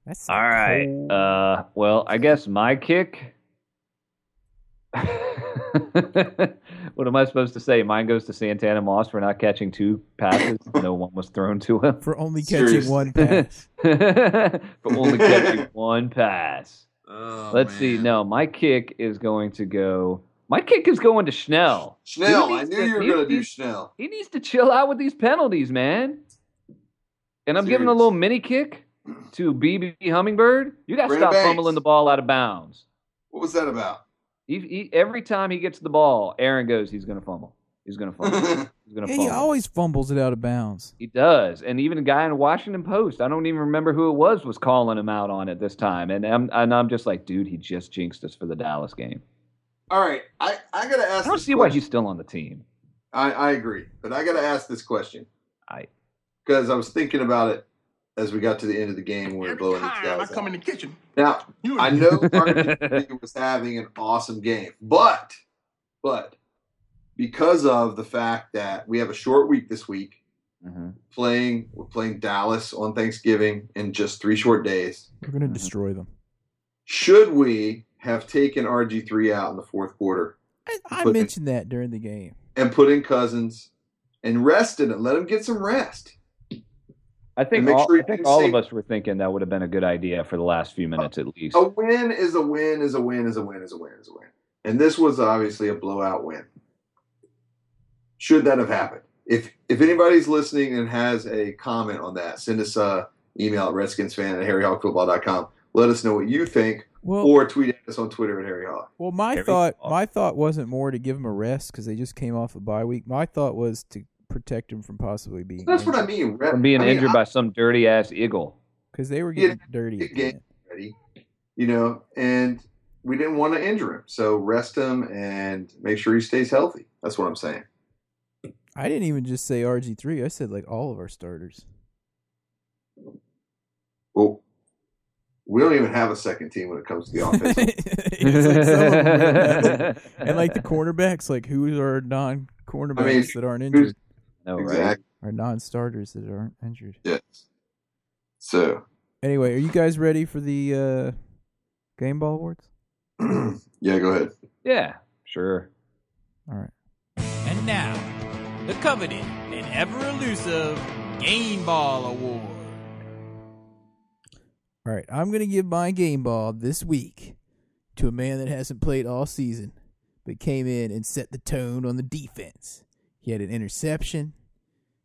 S3: That's
S5: All right. Uh, well, I guess my kick. what am I supposed to say? Mine goes to Santana Moss for not catching two passes. no one was thrown to him.
S3: for only catching
S4: Seriously.
S3: one pass.
S5: but only catching one pass.
S4: Oh,
S5: Let's see.
S4: man.
S5: No, my kick is going to go. My kick is going to Schnell.
S4: Schnell,
S5: Dude,
S4: I
S5: he's
S4: knew you were
S5: good.
S4: going to do
S5: He's-
S4: Schnell.
S5: He needs to chill out with these penalties, man. And I'm giving a
S4: Serious.
S5: little mini kick to BB Hummingbird. You got to
S4: Bring it
S5: stop
S4: back.
S5: fumbling the ball out of bounds.
S4: What was that about?
S5: He, he, every time he gets the ball, Aaron goes, he's going to fumble. He's going to fumble. He's going to
S3: Yeah,
S5: fumble.
S3: he always fumbles it out of bounds.
S5: He does, and even a guy in Washington Post, I don't even remember who it was, was calling him out on it this time, and I'm and I'm just like, dude, he just jinxed us for the Dallas game.
S4: All right. I, I got to ask
S5: I don't
S4: this
S5: see why
S4: question.
S5: he's still on the team.
S4: I, I agree, but I got to ask this question.
S5: I-
S4: because I was thinking about it as we got to the end of the game. We were
S10: Every
S4: blowing these
S10: time I
S4: guys
S10: come
S4: out.
S10: in the kitchen,
S4: Now
S10: you
S4: I know RG3 was having an awesome game, but but because of the fact that we have a short week this week,
S5: Mhm.
S4: playing we're playing Dallas on Thanksgiving in just three short days.
S3: We're
S5: Mm-hmm.
S3: gonna destroy them.
S4: Should we have taken RG three out in the fourth quarter
S3: I, I
S4: But-
S3: mentioned that during the game.
S4: and put in Cousins and rested and let him get some rest?
S5: I think
S4: And make
S5: all,
S4: sure he
S5: I think
S4: plays
S5: all
S4: safe.
S5: of us were thinking that would have been a good idea for the last
S4: Uh,
S5: few minutes at least.
S4: A win is a win is a win is a win is a win is a win. And this was obviously a blowout win. Should that have happened? If if anybody's listening and has a comment on that, send us a Email at redskinsfan at harryhawkfootball.com. Let us know what you think,
S3: Well-
S4: or tweet at us on Twitter at Harry Hawk.
S3: Well, my thought, my thought wasn't more to give him a rest because they just came off a bye week. My thought was to protect him from possibly being.
S4: That's what I mean. Re-
S5: From being
S4: I mean,
S5: injured by some dirty ass eagle.
S3: because they were
S4: Yeah.
S3: getting dirty.
S4: Get game ready, you know, and we didn't want to injure him, so rest him and make sure he stays healthy. That's what I'm saying.
S3: I didn't even just say RG three. I said like all of our starters.
S4: Well, we don't even have a second team when it comes to the offense.
S3: It's like some of them really matter. and like the cornerbacks, like who's our non cornerbacks
S4: I mean,
S3: that aren't
S4: who's-
S3: injured?
S5: No,
S4: right? Exactly.
S3: Our non starters that aren't injured.
S4: Yes. So
S3: Anyway, are you guys ready for the uh, game ball awards?
S4: yeah, go ahead.
S5: Yeah, sure.
S3: All right.
S14: And now, the coveted and ever elusive Game Ball Award.
S3: All right, I'm going to give my game ball this week to a man that hasn't played all season, but came in and set the tone on the defense. He had an interception.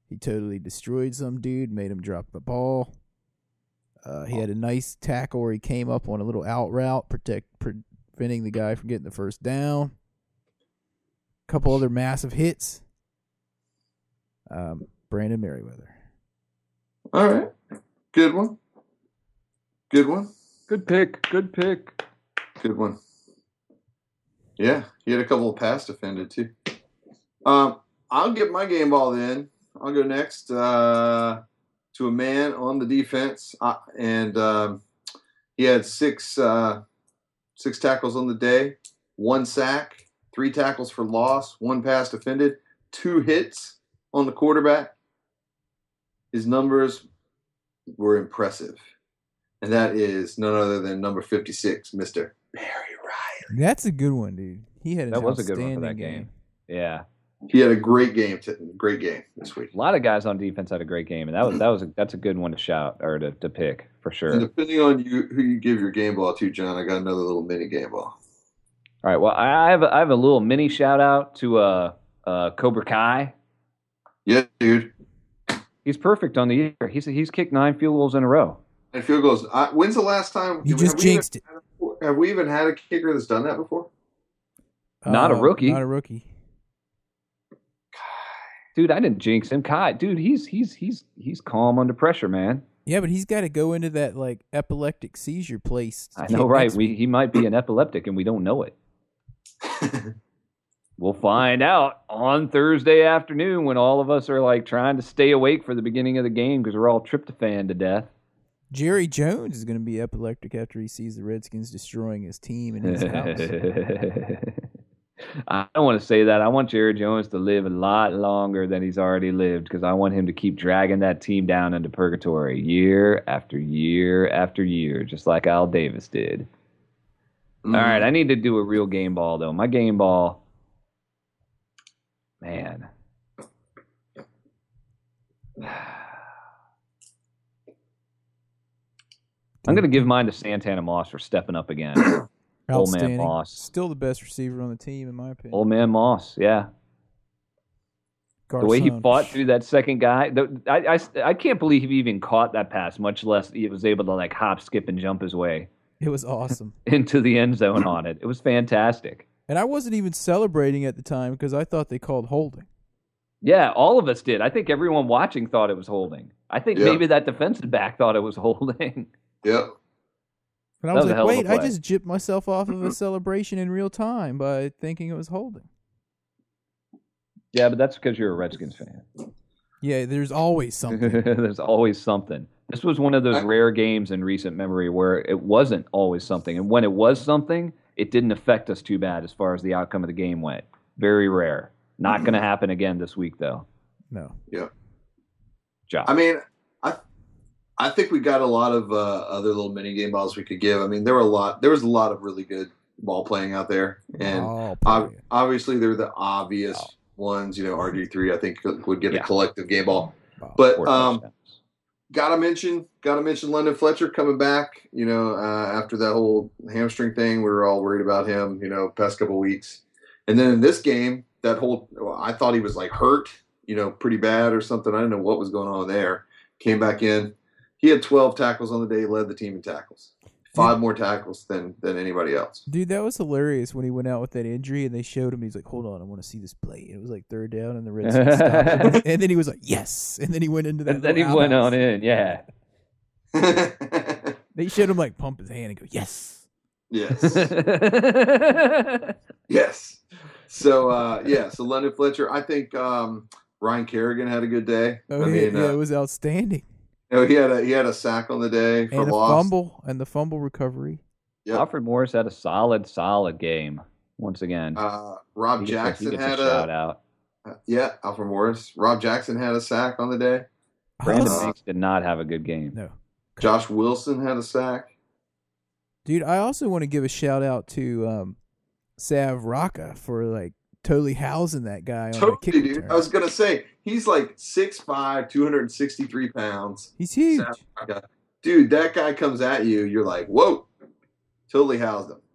S3: He totally destroyed some dude, made him drop the ball. Uh, he had a nice tackle where he came up on a little out route, protect preventing the guy from getting the first down. A couple other massive hits. Um, Brandon Merriweather.
S4: All right. Good one. Good one.
S5: Good pick. Good pick.
S4: Good one. Yeah, he had a couple of pass defended too. Um, I'll get my game ball then. I'll go next uh, to a man on the defense, uh, and um, he had six uh, six tackles on the day, one sack, three tackles for loss, one pass defended, two hits on the quarterback. His numbers were impressive, and that is none other than number fifty six, Mister
S3: That's a good one, dude. He had an
S5: That was a good
S3: outstanding
S5: one for that
S3: game.
S5: game. Yeah.
S4: He had a great game. T- great game this week.
S5: A lot of guys on defense had a great game, and that was that was a, that's a good one to shout or to, to pick for sure.
S4: And depending on you who you give your game ball to, John, I got another little mini game ball.
S5: All right. Well, I I have a, I have a little mini shout out to uh, uh, Cobra Kai.
S4: Yeah, dude.
S5: He's perfect on the year. He's he's kicked nine field goals in a row.
S4: And field goals. I, when's the last time?
S3: You
S4: have
S3: just
S4: we
S3: jinxed
S4: even, it. Have we even had a kicker that's done that before?
S5: Not a
S3: Uh,
S5: rookie.
S3: Not a rookie.
S5: Dude, I didn't jinx him. Kai, dude, he's he's he's he's calm under pressure, man.
S3: Yeah, but he's got to go into that like epileptic seizure place. to
S5: I
S3: kick
S5: know, right?
S3: next
S5: We
S3: week.
S5: he might be an epileptic, and we don't know it. we'll find out on Thursday afternoon when all of us are like trying to stay awake for the beginning of the game because we're all tryptophan to death.
S3: Jerry Jones is going to be epileptic after he sees the Redskins destroying his team and his house.
S5: I don't want to say that. I want Jerry Jones to live a lot longer than he's already lived because I want him to keep dragging that team down into purgatory year after year after year, just like Al Davis did. All
S10: Mm.
S5: right, I need to do a real game ball though. My game ball, man. I'm gonna give mine to Santana Moss for stepping up again. Old man
S3: Outstanding.
S5: Moss.
S3: Still the best receiver on the team, in my opinion.
S5: Old man Moss, yeah. The way he
S3: Garcon.
S5: fought through that second guy, the, I, I, I can't believe he even caught that pass, much less he was able to like hop, skip, and jump his way
S3: It was awesome.
S5: into the end zone on it. It was fantastic.
S3: and I wasn't even celebrating at the time because I thought they called holding.
S5: Yeah, all of us did. I think everyone watching thought it was holding. I think
S3: Yeah.
S5: maybe that defensive back thought it was holding.
S4: Yeah.
S3: And I
S5: That was
S3: was, like,
S5: a hell of a
S3: wait, I
S5: play.
S3: just jipped myself off of a celebration in real time by thinking it was holding.
S5: Yeah, but that's because you're a Redskins fan.
S3: Yeah, there's always something.
S5: There's always something. This was one of those rare games in recent memory where it wasn't always something. And when it was something, it didn't affect us too bad as far as the outcome of the game went. Very rare. Not
S4: Mm-hmm.
S5: going to happen again this week, though.
S3: No.
S4: Yeah.
S5: Job.
S4: I mean, I I think we got a lot of uh, other little mini game balls we could give. I mean, there were a lot. There was a lot of really good ball playing out there, and
S3: Ball
S4: ob- obviously there were the obvious
S3: Oh.
S4: ones. You know, RG three I think would get a collective game ball, but um, gotta mention, gotta mention London Fletcher coming back. You know, uh, after that whole hamstring thing, we were all worried about him. You know, past couple weeks, and then in this game, that whole well, I thought he was like hurt. You know, pretty bad or something. I didn't know what was going on there. Came back in. He he had 12 tackles on the day. He led the team in tackles. Five more tackles than than anybody else.
S3: Dude, that was hilarious when he went out with that injury and they showed him. He's like, "Hold on, I want to see this play." And it was like third down and the Reds stopped. him. and then he was like, "Yes!" And then he went into that.
S5: And then he
S3: little
S5: went
S3: outhouse.
S5: on in, yeah.
S3: They showed him like pump his hand and go, "Yes."
S4: Yes. yes. So uh, yeah, so London Fletcher. I think um, Ryan Kerrigan had a good day.
S3: Oh,
S4: I
S3: yeah,
S4: mean,
S3: yeah,
S4: uh,
S3: it was outstanding.
S4: you know, he had a he had a sack on the day for
S3: And a
S4: loss.
S3: fumble and the fumble recovery.
S5: Alfred Morris had a solid, solid game once again.
S4: Uh, Rob
S5: He gets a-
S4: Jackson
S5: he gets
S4: had a,
S5: shout out.
S4: yeah, Alfred Morris. Rob Jackson had a sack on the day.
S5: Brandon
S4: Uh,
S5: Banks did not have a good game.
S3: No.
S4: Josh Wilson had a sack.
S3: Dude, I also want to give a shout out to um, Sav Rocca for like totally housing that guy on the kick
S4: Totally, dude.
S3: return.
S4: I was gonna say he's like 6'5", 263 pounds.
S3: He's huge.
S4: Dude, that guy comes at you. You're like, whoa, totally housed him.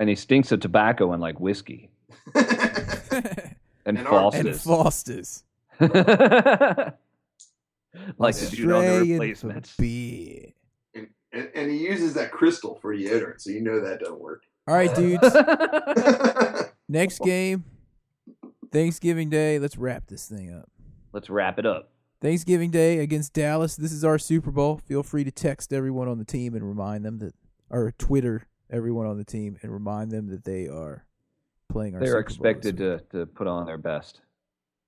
S5: And he stinks of tobacco and like whiskey. and
S4: And orange
S5: false.
S3: and Foster's.
S5: Like the dude on the
S3: Australian
S5: replacements.
S3: beer.
S4: And, and, and he uses that crystal for deodorant, so you know that don't work.
S3: All right, dudes. Next game, Thanksgiving Day. Let's wrap this thing up.
S5: Let's wrap it up.
S3: Thanksgiving Day against Dallas. This is our Super Bowl. Feel free to text everyone on the team and remind them that, or Twitter everyone on the team and remind them that they are playing our.
S5: They're
S3: Super Bowl this
S5: expected
S3: week.
S5: to, to put on their best.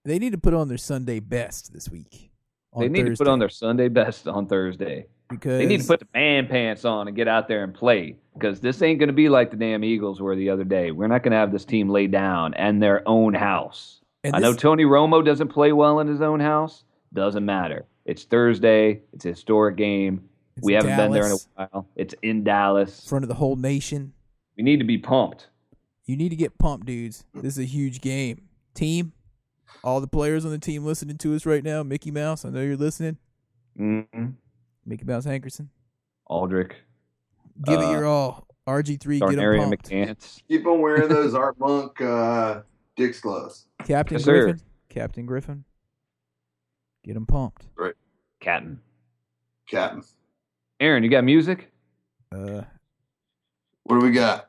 S3: They need to put on their Sunday best this week. On
S5: they need
S3: Thursday.
S5: to put on their Sunday best on Thursday.
S3: because
S5: They need to put the man pants on and get out there and play because this ain't going to be like the damn Eagles were the other day. We're not going to have this team lay down and their own house.
S3: And
S5: I know
S3: this-
S5: Tony Romo doesn't play well in his own house. Doesn't matter. It's Thursday. It's a historic game. we haven't been there in
S3: Dallas.
S5: a while. It's in Dallas.
S3: in front of the whole nation.
S5: We need to be pumped.
S3: You need to get pumped, dudes. This is a huge game. Team, all the players on the team listening to us right now. Mickey Mouse, I know you're listening.
S5: mm
S3: Mickey Mouse Hankerson,
S5: Aldrich.
S3: give it
S5: Uh,
S3: your all. RG3, get him
S5: Darnarian
S3: pumped.
S5: McCants.
S4: Keep on wearing those Art Monk uh, Dick's gloves.
S3: Captain
S5: Yes, sir.
S3: Griffin, Captain Griffin, get him pumped.
S4: Right,
S5: Catton.
S4: Captain.
S5: Aaron, you got music?
S3: Uh,
S4: What do we got?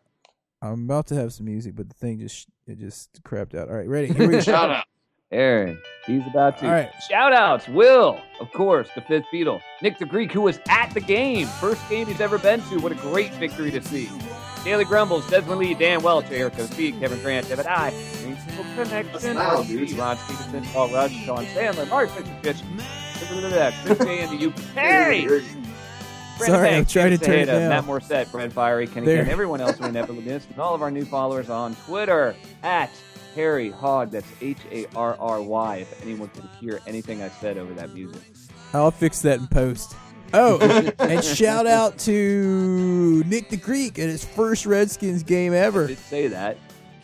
S3: I'm about to have some music, but the thing just it just crapped out. All right, ready? Here we go.
S4: Shout out.
S5: Aaron, he's about to.
S3: All right.
S5: Shout outs, Will, of course, the fifth Beatle. Nick the Greek, who was at the game. First game he's ever been to. What a great victory to see. Daily Grumbles, Desmond Lee, Dan Welch, Erica Speed, Kevin Grant, Devin I, Mutual Connection,
S4: Wow,
S5: RC, Ron Stevenson, Paul Rudd, Sean Sandler, Mark Fisher, Chris J. and the UP. Hey! Brandon
S3: Sorry, I'm
S5: Banks,
S3: trying to
S5: David
S3: turn it
S5: Tejeda,
S3: down.
S5: uh, Matt Morissette, Brad Fiery, Kenny
S3: There.
S5: Ken, everyone else we never missed, and all of our new followers on Twitter at Harry Hogg. That's H A R R Y. If anyone could hear anything I said over that music,
S3: I'll fix that in post. Oh, and shout out to Nick the Greek at his first Redskins game
S5: I
S3: ever.
S5: did say that.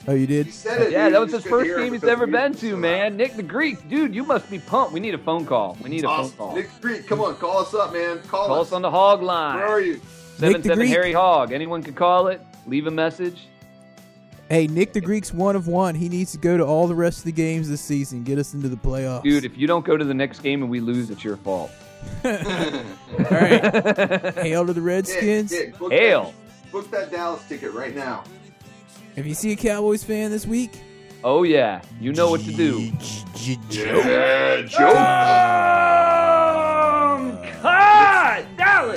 S3: Oh, you did?
S4: Said it,
S5: Yeah,
S4: dude.
S5: that
S4: You
S5: was his
S4: just couldn't
S5: first
S4: hear him
S5: game he's
S4: because
S5: ever
S4: the
S5: been
S4: music's
S5: to,
S4: so
S5: man. Nick the Greek, dude, you must be pumped. We need a phone call. We need a phone
S4: Awesome.
S5: call.
S4: Nick Creek, come on, call us up, man. Call,
S5: Call us on the Hog line.
S4: Where are you?
S5: Seven
S3: Nick the
S5: seven
S3: Greek.
S5: Harry Hog. Anyone could call it. Leave a message.
S3: Hey, Nick the Greek's one of one. He needs to go to all the rest of the games this season. Get us into the playoffs.
S5: Dude, if you don't go to the next game and we lose, it's your fault.
S3: All right. Hail to the Redskins.
S4: Yeah, yeah, book
S5: Hail.
S4: That, book that Dallas ticket right now.
S3: If you see a Cowboys fan this week,
S5: Oh yeah, you know what to do.
S4: Yeah, Joe.
S5: Um, cut! Dallas!